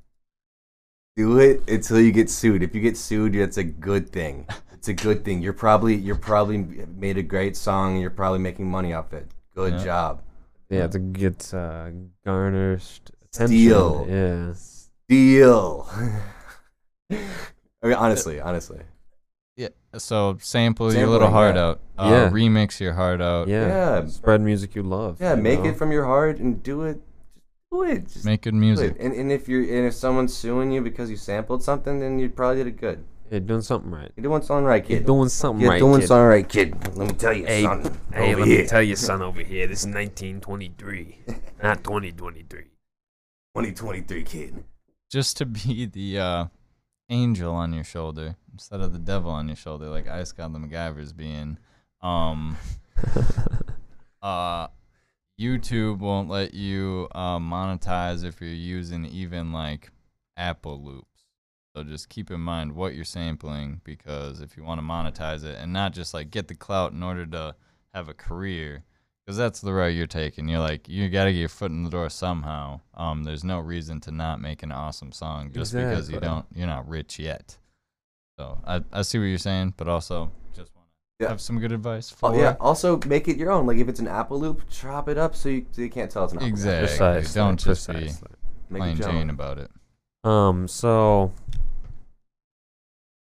C: Do it until you get sued. If you get sued, that's a good thing. It's a good thing. You're probably you're probably made a great song. and You're probably making money off it. Good
B: Yeah.
C: job.
A: Yeah, to get uh, garnished attention.
C: Steal.
A: Yeah.
C: Deal. I mean, honestly, honestly.
B: Yeah. So sample your
C: Sampling,
B: little heart
C: yeah.
B: out. Uh,
A: Yeah.
B: Remix your heart out.
A: yeah.
C: Yeah.
A: Spread music you love.
C: Yeah,
A: you
C: make
A: know?
C: it from your heart and do it. Do it. Just
B: Make good
C: do
B: music.
C: it. And, and if you're and if someone's suing you because you sampled something, then you probably did it good.
A: You're doing something right.
C: You're doing something right,
A: You're
C: kid.
A: doing something
C: You're
A: right.
C: doing
A: kid.
C: something right, kid. Let me tell you
D: Hey,
C: something.
D: Hey,
C: over
D: let
C: here.
D: me tell you, son, over here. This is 1923, not 2023.
C: 2023, kid.
B: Just to be the uh, angel on your shoulder instead of the devil on your shoulder, like Ice God the MacGyver's being. Um, uh, YouTube won't let you uh, monetize if you're using even like Apple loops. So just keep in mind what you're sampling because if you want to monetize it and not just like get the clout in order to have a career, because that's the route you're taking. You're like you got to get your foot in the door somehow. Um, there's no reason to not make an awesome song just because you
A: Exactly.
B: don't you're not rich yet. So I I see what you're saying, but also just want to
C: Yeah.
B: have some good advice for
C: Oh, yeah. Also, make it your own. Like if it's an apple loop, chop it up so you, they can't tell it's an apple. loop.
B: Exactly.
A: Precisely,
B: Don't just be
A: precisely.
C: Make
B: plain
C: it your
B: Jane
C: own.
B: about it.
A: Um, so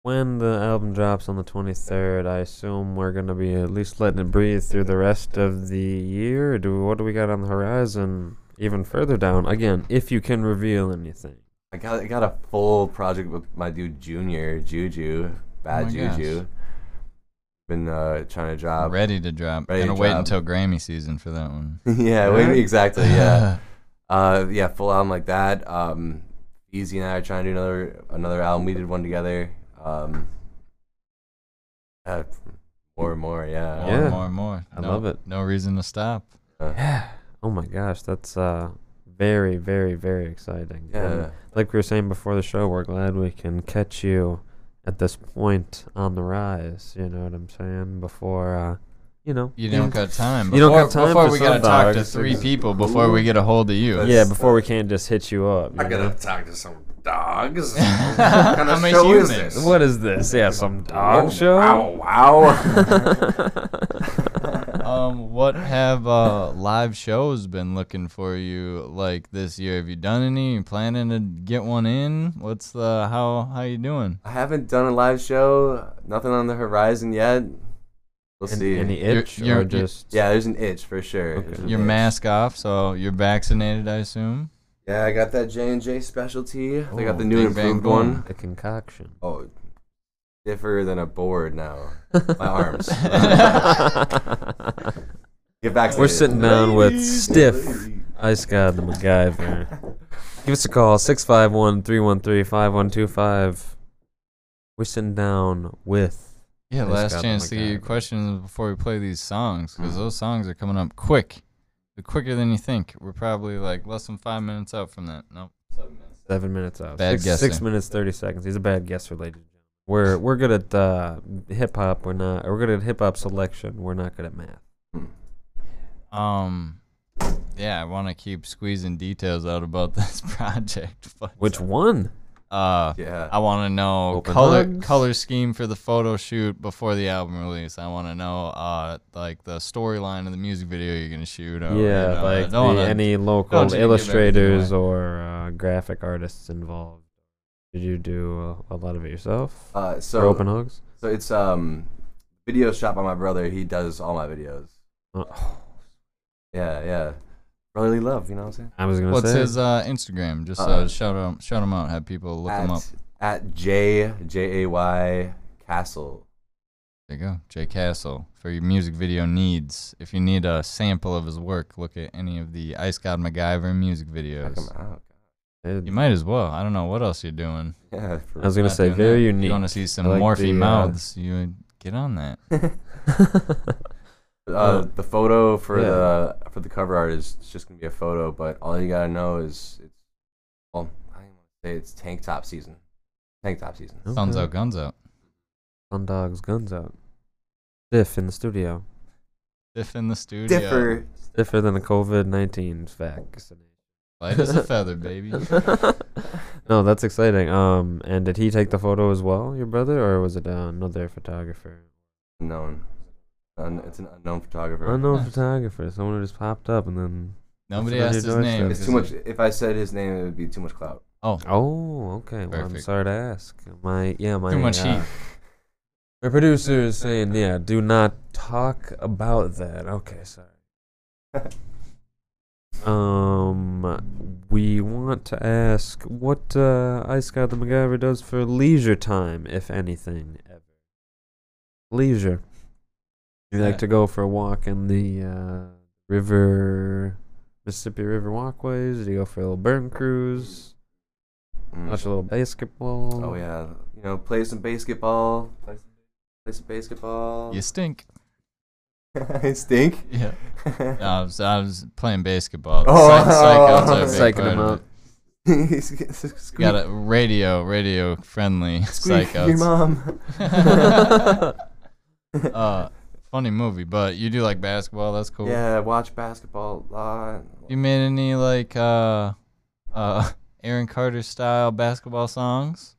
A: when the album drops on the 23rd, I assume we're going to be at least letting it breathe through the rest of the year. Do what do we got on the horizon even further down? Again, if you can reveal anything.
C: I got I got a full project with my dude Junior Juju, bad
B: Oh my
C: Juju.
B: gosh.
C: Been uh, trying to drop.
B: Ready to drop.
C: Ready
B: Gonna
C: to
B: wait
C: drop.
B: until Grammy season for that one.
C: yeah, wait,
A: Really?
C: exactly. Yeah. Uh, yeah, full album like that. Um, Easy and I are trying to do another another album. We did one together. Um, uh, more and more, yeah. Uh,
B: More,
A: Yeah.
B: more, more.
A: I
B: No-
A: love it.
B: No reason to stop.
A: Oh my gosh, that's uh very, very, very exciting. And
C: Yeah.
A: like we were saying before the show, we're glad we can catch you at this point on the rise. You know what I'm saying? Before, uh, you know,
B: You don't got time.
A: You
B: Before,
A: don't got time
B: Before
A: for
B: we gotta
A: some
B: talk to
A: dogs.
B: three people before we get a hold of you.
A: yeah, before we can't just hit you up.
D: I
A: you
D: gotta
A: know?
D: talk to some dogs.
B: kind
D: of show is this? Oh,
A: What is this? oh, Yeah, some dog show.
D: Wow, wow.
B: Um, what have uh, live shows been looking for you like this year? Have you done any? You planning to get one in? What's the how? How you doing?
C: I haven't done a live show. Nothing on the horizon yet. We'll
A: An-
C: see.
A: Any itch
B: you're-
A: or
B: you're-
A: just
C: yeah, there's an itch for sure. There's an
B: Your
C: itch.
B: mask off, so you're vaccinated, I assume.
C: Yeah, I got that J and J specialty. they
B: Ooh,
C: got the new
B: Big
C: improved
B: Bang
C: one.
A: a concoction?
C: Oh, stiffer than a board now. My arms. Get back.
A: We're sitting down with Stiff, Ice God, the MacGyver. Give us a call, 651 313 5125. We're sitting down with.
B: Yeah,
A: Nice
B: last
A: job,
B: chance
A: my
B: to get
A: guy.
B: your questions before we play these songs, because those songs are coming up quick, They're quicker than you think. We're probably like less than five minutes out from that. Nope. Seven minutes.
A: Seven minutes out.
B: Bad
A: six, six
B: guessing.
A: minutes, 30 seconds. He's a bad guesser, ladies and gentlemen. We're, we're good at uh, hip hop. We're not. We're good at hip hop selection. We're not good at math.
B: Um, yeah, I want to keep squeezing details out about this project, but
A: Which one?
B: uh,
C: Yeah.
B: I want to know
A: Open
B: color
A: hugs?
B: color scheme for the photo shoot before the album release. I want to know uh like the storyline of the music video you're gonna shoot. Or, you
A: yeah,
B: know, I
A: like the,
B: don't wanna-
A: any
B: don't
A: local
B: you give everything
A: illustrators or uh, graphic artists involved. Did you do uh, a lot of it yourself?
C: Uh,
A: For
C: so
A: open hugs?
C: so it's um video shot by my brother. He does all my videos.
B: Uh.
A: Oh,
C: Yeah, yeah. Brotherly love. You know what I'm saying?
A: I was gonna
B: What's
A: say.
B: his uh, Instagram? Just uh,
C: Uh-uh.
B: shout him shout him out. Have people look
C: at
B: him up.
C: at J J A Y Castle.
B: There you go, Jay Castle for your music video needs. If you need a sample of his work, look at any of the Ice God MacGyver music
C: Check him
B: videos.
C: out.
A: It-
B: You might as well. I don't know what else you're doing.
C: Yeah. For
A: I was gonna
B: Not
A: say
B: doing
A: very
B: that.
A: unique.
B: You want to see some
A: I like
B: Morphe
A: the, uh,
B: mouths? You would get on that.
C: Uh, the photo for
A: yeah.
C: the for the cover art is it's just gonna be a photo, but all you gotta know is it's well, I don't want to say it's tank top season. Tank top season.
B: Thumbs out, guns out.
A: Sun dogs, guns out. Stiff in the studio.
B: Stiff in the studio.
C: Differ.
A: Stiffer than a COVID nineteen vaccination.
B: Light as a feather, baby.
A: no, that's exciting. Um, and did he take the photo as well, your brother, or was it uh, another photographer?
C: Unknown. Un- it's an unknown photographer.
A: Unknown
B: Nice.
A: photographer. Someone who just popped up and then.
B: Nobody
A: That's what
B: asked his
A: your daughter
B: name.
A: said.
C: It's
B: 'cause
C: too much. If I said his name, it would be too much clout.
B: Oh,
A: Oh, okay. Well, I'm
B: Perfect.
A: sorry to ask. My yeah, my
B: too much
A: uh,
B: heat.
A: My producer is saying, yeah, do not talk about that. Okay, sorry.
C: Mm.
A: Um, we want to ask what uh, Ice God the MacGyver does for leisure time, if anything. Ever. Leisure. You like
B: Yeah.
A: to go for a walk in the uh, river, Mississippi River walkways? Do you go for a little burn cruise?
C: Mm.
A: Watch a little basketball?
C: Oh yeah. You know, play some basketball. Play some, play some basketball.
B: You stink.
C: I stink.
B: Yeah. I was, I was playing basketball.
C: Oh.
B: Psych, psychos are a
A: Psyching
B: big part
A: him
B: of
A: out.
B: it.
C: Squeak,
B: Got a radio, radio friendly
C: squeak, your
B: psychos.
C: mom.
B: uh, funny movie, but you do like basketball. That's cool.
C: Yeah, watch basketball a lot.
B: You made any like uh, uh, Aaron Carter style basketball songs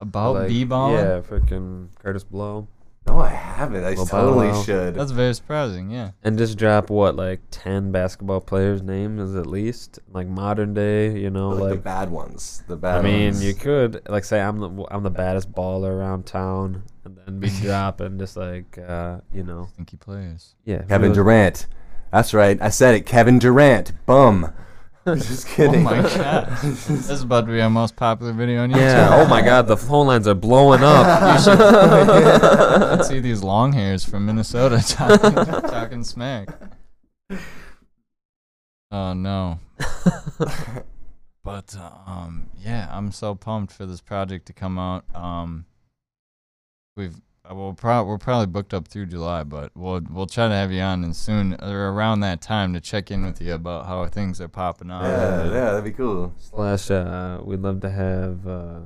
B: about
A: Like,
B: b-ball?
A: Yeah, freaking Curtis Blow.
C: No, I haven't. I
A: Well,
C: totally
A: Bow Wow.
C: should.
B: That's very surprising. Yeah.
A: And just drop what, like ten basketball players' names at least, like modern day. You know,
C: like, the
A: like
C: bad ones. The bad.
A: I mean,
C: ones.
A: you could like say I'm the I'm the baddest baller around town, and then be dropping just like uh, you know,
B: Stinky players.
A: yeah,
C: Kevin
A: really-
C: Durant. That's right. I said it. Kevin Durant. Bum. Just
B: Oh
C: kidding.
B: my god. This is about to be our most popular video on YouTube.
A: Yeah. Oh my God, the phone lines are blowing up.
B: Let's see these long Uh, hairs from Minnesota talking, talking smack. Oh no. but uh, um yeah, I'm so pumped for this project to come out. Um we've uh, we'll pro- we're probably booked up through July, but we'll we'll try to have you on and soon or around that time to check in with you about how things are popping out.
C: yeah, yeah, that'd be cool.
A: Slash, uh, we'd love to have. Uh,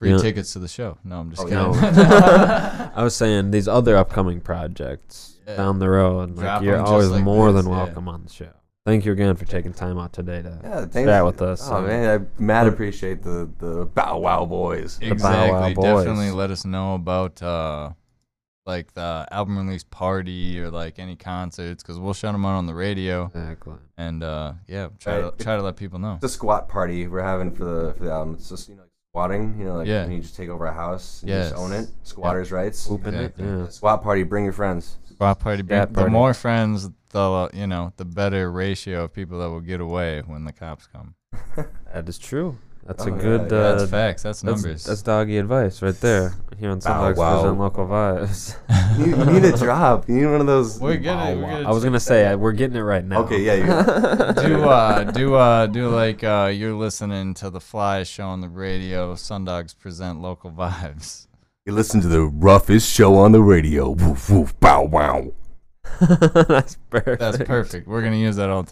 B: Free
A: Yeah.
B: tickets to the show. No, I'm just
C: Oh,
B: kidding.
A: no. I was saying these other upcoming projects
B: Yeah.
A: down the road. Like
B: Drop
A: you're
B: 'em just
A: always
B: like
A: more
B: this,
A: than
B: yeah.
A: welcome on the show. Thank you again for taking time out today to
C: Yeah, thanks.
A: chat with us. uh,
C: Oh
A: and-
C: man, I mad appreciate the the Bow Wow boys.
A: The Bow Wow
B: Exactly.
A: Boys.
B: Definitely let us know about uh, like the album release party or like any concerts because we'll shout them out on the radio
A: Exactly.
B: and uh, yeah, try
C: Right.
B: to try to let people know.
C: It's a squat party we're having for the for the album. It's just you know like squatting. You know, like
B: Yeah.
C: when you just take over a house and
B: Yes.
C: just own it. Squatters' rights.
A: Open it,
B: Exactly.
A: yeah.
C: Squat party. Bring your friends.
B: Rock party, bring-
A: Yeah,
B: The
A: party.
B: more friends, the uh, you know, the better ratio of people that will get away when the cops come.
A: That is true. That's
C: Oh,
A: a
C: yeah,
A: good.
C: yeah.
A: Uh,
B: that's facts. That's
A: that's,
B: numbers.
A: that's doggy advice right there. Here on
C: Bow
A: Sundogs
C: wow.
A: Present Local Vibes.
C: you, you need a drop. You need one of those.
B: we're gonna, we're gonna
A: I was gonna say uh, we're getting it right now.
C: Okay, yeah, you,
B: do uh do uh do like uh you're listening to the fly show on the radio. Sundogs present local vibes.
C: you listen to the roughest show on the radio. Woof woof. Bow wow.
A: that's perfect.
B: That's perfect. We're gonna use that all the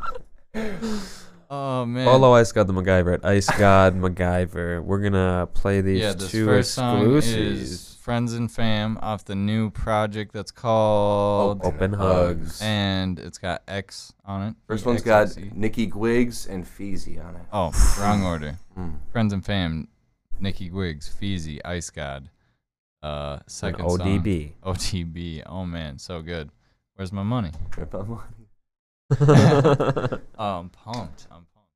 B: time. oh man.
A: Polo Ice God the MacGyver at Ice God MacGyver. We're gonna play these
B: yeah, this
A: two
B: first song is
A: exclusives.
B: Friends and Fam off the new project that's called
A: Open hugs.
B: and it's got X on it.
C: First one's got
B: E-X-X-E.
C: Nikki Gwiggs and Feezy on it.
B: Oh, wrong order.
C: Mm.
B: Friends and Fam, Nikki Wiggs, Feezy, Ice God. Uh
A: and
B: second song.
A: ODB.
B: OTB. Oh man, so good. Where's my money?
C: Rip on one.
B: Oh, I'm pumped. I'm pumped.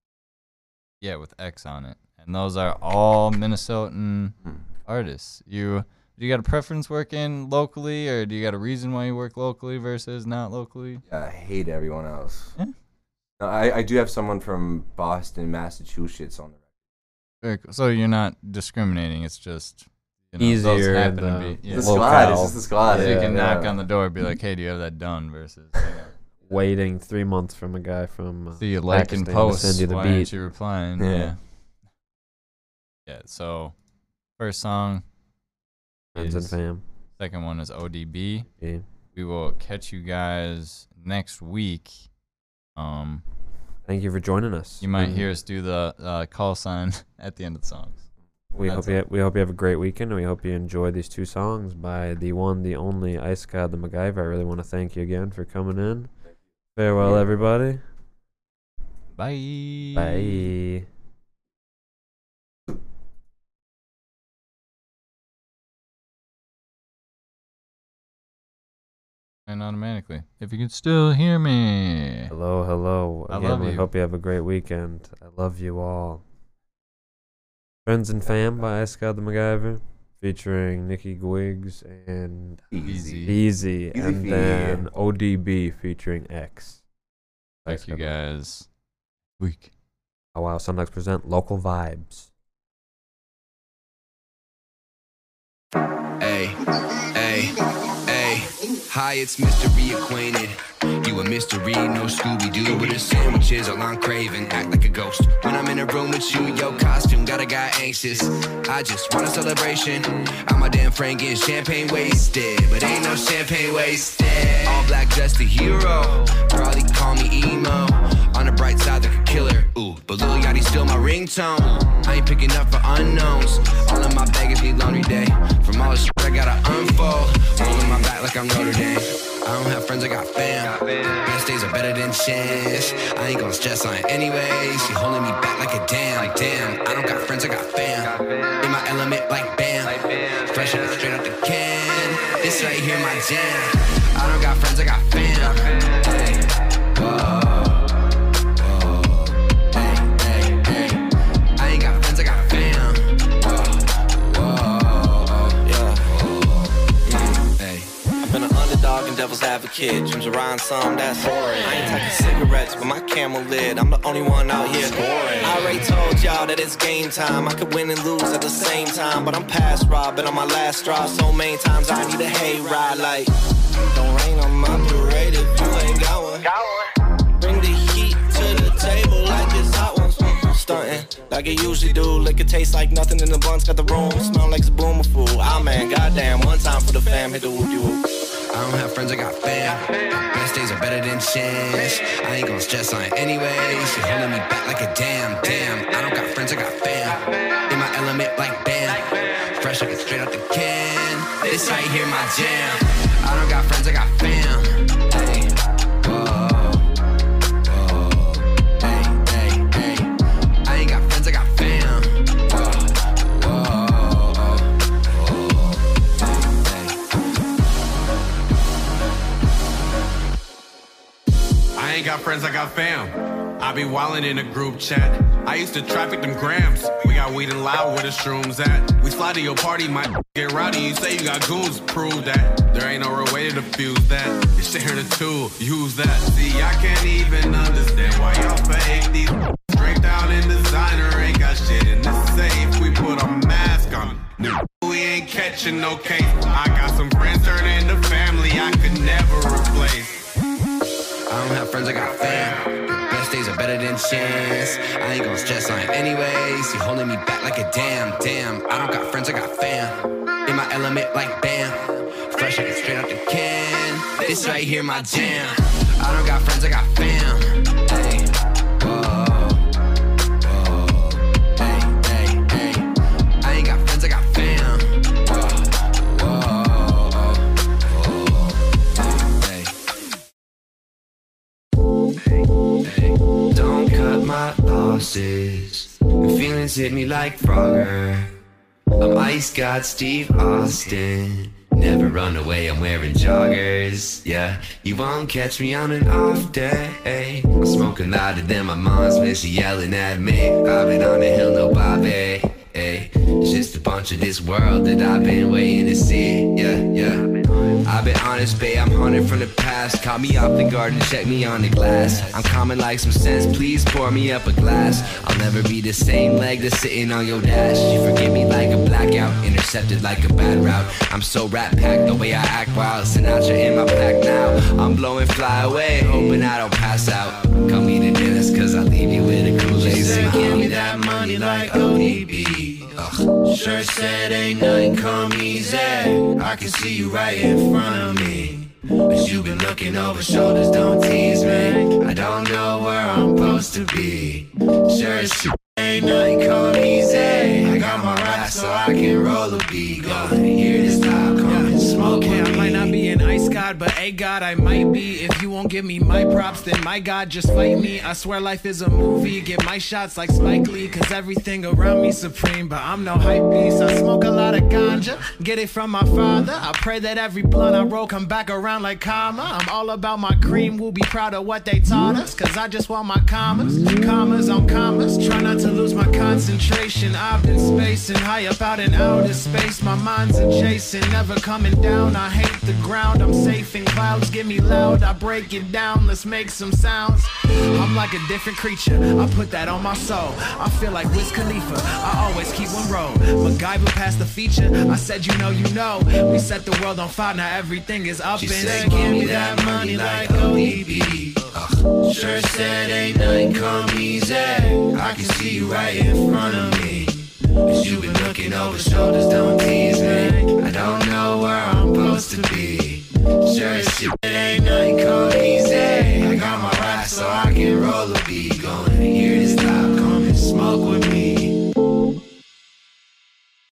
B: Yeah, with X on it. And those are all Minnesotan
C: Mm.
B: artists. You do you got a preference working locally or do you got a reason why you work locally versus not locally?
C: Yeah, I hate everyone else.
B: Yeah.
C: No, I, I do have someone from Boston, Massachusetts on the
B: Very cool. So you're not discriminating, it's just you know, those
A: Easier
B: happen
A: the-
B: to be yeah.
C: The
A: Locale.
C: squad. It's just the squad.
B: So you
A: Yeah,
B: can knock on the door and be like, Hey, do you have that done versus you know,
A: Waiting three months from a guy from. Uh,
B: See you like
A: Pakistan
B: and
A: to
B: post.
A: send you the
B: Why
A: beat.
B: aren't you replying?
C: Yeah.
B: Yeah. Yeah. So, first song,
A: friends and
B: is-
A: fam.
B: second one is ODB.
A: Yeah.
B: We will catch you guys next week. Um,
A: Thank you for joining us.
B: you might
A: And
B: hear us do the uh, call sign at the end of the songs.
A: We
B: that's
A: hope you we hope you have a great weekend, and we hope you enjoy these two songs by the one, the only Ice God the MacGyver. I really want to thank you again for coming in. Farewell,
C: Yeah.
A: everybody.
B: Bye.
A: Bye.
B: And automatically, if you can still hear me.
A: Hello, hello.
B: I
A: Again,
B: love
A: we
B: you.
A: hope you have a great weekend. I love you all. Friends and Fam by Ice God the MacGyver, featuring Nikki Gwiggs and
B: Easy.
A: Easy,
C: Easy
A: and
C: fee.
A: then ODB featuring X.
B: Thank you guys. Week.
A: Oh wow, Sundogs present local vibes.
E: Hey, hey, hey. Hi, it's Mr. Reacquainted. You a mystery, no Scooby Doo. With the sandwiches, all I'm craving. Act like a ghost. When I'm in a room with you, your costume got a guy anxious. I just want a celebration. I'm a damn friend getting champagne wasted. But ain't no champagne wasted. All black dressed the hero. Probably call me emo. On the bright side, like a killer. Ooh, but Lil Yachty's still my ringtone. I ain't picking up for unknowns. All of my baggage need laundry day. From all the shit I gotta unfold. Rolling my back like I'm Notre Dame. I don't have friends, I got fam. Best days are better than chance. I ain't gonna stress on it anyways. She holding me back like a damn, like damn. I don't got friends, I got fam. In my element like bam. Fresh up straight out the can. This right here, my jam. I don't got friends, I got fam. Hey, whoa, whoa. Hey, hey, hey. I ain't got friends, I got fam. Whoa, whoa, yeah. Hey.
F: Been an underdog in Devil's Advocate.
E: have a kid. Dreams around some that's boring. I ain't talking cigarettes, but my camel lid. I'm the only one out here boring. I already told y'all that it's game time. I could win and lose at the same time, but I'm past robbing on my last straw. So many times I need a hayride. Like, don't rain on my parade if you ain't got one. Bring the heat to the table like it's hot ones. Mm, Stunting like it usually do. Liquor tastes like nothing in the buns. Got the room smell like a boomer fool. Ah man, goddamn. One time for the fam, hit the whoop de whoop. I don't have friends, I got fam. Best days are better than chance. I ain't gonna stress on it anyways. She holding me back like a damn, damn. I don't got friends, I got fam. In my element like bam. Fresh like it's straight out the can. This right here, my jam. I don't got friends, I got fam. Hey, whoa. Hey, hey, hey. I ain't got friends, I got fam. Whoa, whoa, whoa,
F: I ain't got friends, I got fam. I be wildin' in a group chat. I used to traffic them grams. We got weed and loud where the shrooms at. We slide to your party, might get rowdy. You say you got goons, prove that. There ain't no real way to defuse that. You share the tool, use that. See, I can't even understand why y'all fake these. Draped out in designer, ain't got shit in the safe. We put a mask on. We ain't catching no case. I got some friends turning into family I could never replace.
E: I don't have friends, I got fam. Best days are better than chance. I ain't gonna stress on it anyways. You holding me back like a damn, damn. I don't got friends, I got fam. In my element like bam. Fresh like it's straight out the can. This right here, my jam. I don't got friends, I got fam. Hey, whoa, whoa. Hey, hey, hey. I ain't got friends, I got fam. Whoa, whoa, whoa. Hey. Don't cut my losses. The feelings hit me like Frogger. I'm Ice God Steve Austin. Never run away, I'm wearing joggers. Yeah, you won't catch me on an off day. I'm smoking louder than my mom's when she yelling at me. I've been on the hill, no bobby. Hey, it's just a bunch of this world that I've been waiting to see. Yeah, yeah. I've been honest, babe, I'm haunted from the past. Caught me off the guard and check me on the glass. I'm common like some sense, please pour me up a glass. I'll never be the same leg that's sitting on your dash. You forgive me like a blackout, intercepted like a bad route. I'm so rat packed, the way I act wild. Sinatra in my pack now. I'm blowing fly away, hoping I don't pass out. Come me to Dennis, cause I leave you with a cool lazy smile. Give me that money like ODB. Ugh. Sure said ain't nothing come easy. I can see you right in front of me. But you been looking over shoulders, don't tease me. I don't know where I'm supposed to be. Sure as shit ain't nothing come easy. I got my rap so I can roll a beat. Gonna hear this loud come and smoke
G: Okay,
E: with
G: I
E: me.
G: might not be an ice god, but a god I might be. If you won't give me my props, then my god just fight me. I swear life is a movie. Get my shots like Spike Lee, cause everything around me supreme. But I'm no hype beast. I smoke a lot of ganja, get it from my father. I pray that every blunt I roll come back around like karma. I'm all about my cream. We'll be proud of what they taught us, cause I just want my commas, commas on commas. Try not to lose my concentration. I've been spacing high up out in outer space. My mind's adjacent, never coming down. I hate the ground. I'm safe in clouds. Give me loud. I break it down. Let's make some sounds. I'm like a different creature. I put that on my soul. I feel like Wiz Khalifa. I always keep one road. MacGyver past the feature. I said, you know, you know. We set the world on fire. Now everything is up
E: She
G: and
E: said, give me that money like ODB. Ugh. Sure said ain't nothing come easy. I can see you right in front of me. But you been looking over shoulders, don't tease me. I don't know where I'm supposed to be. Sure as shit ain't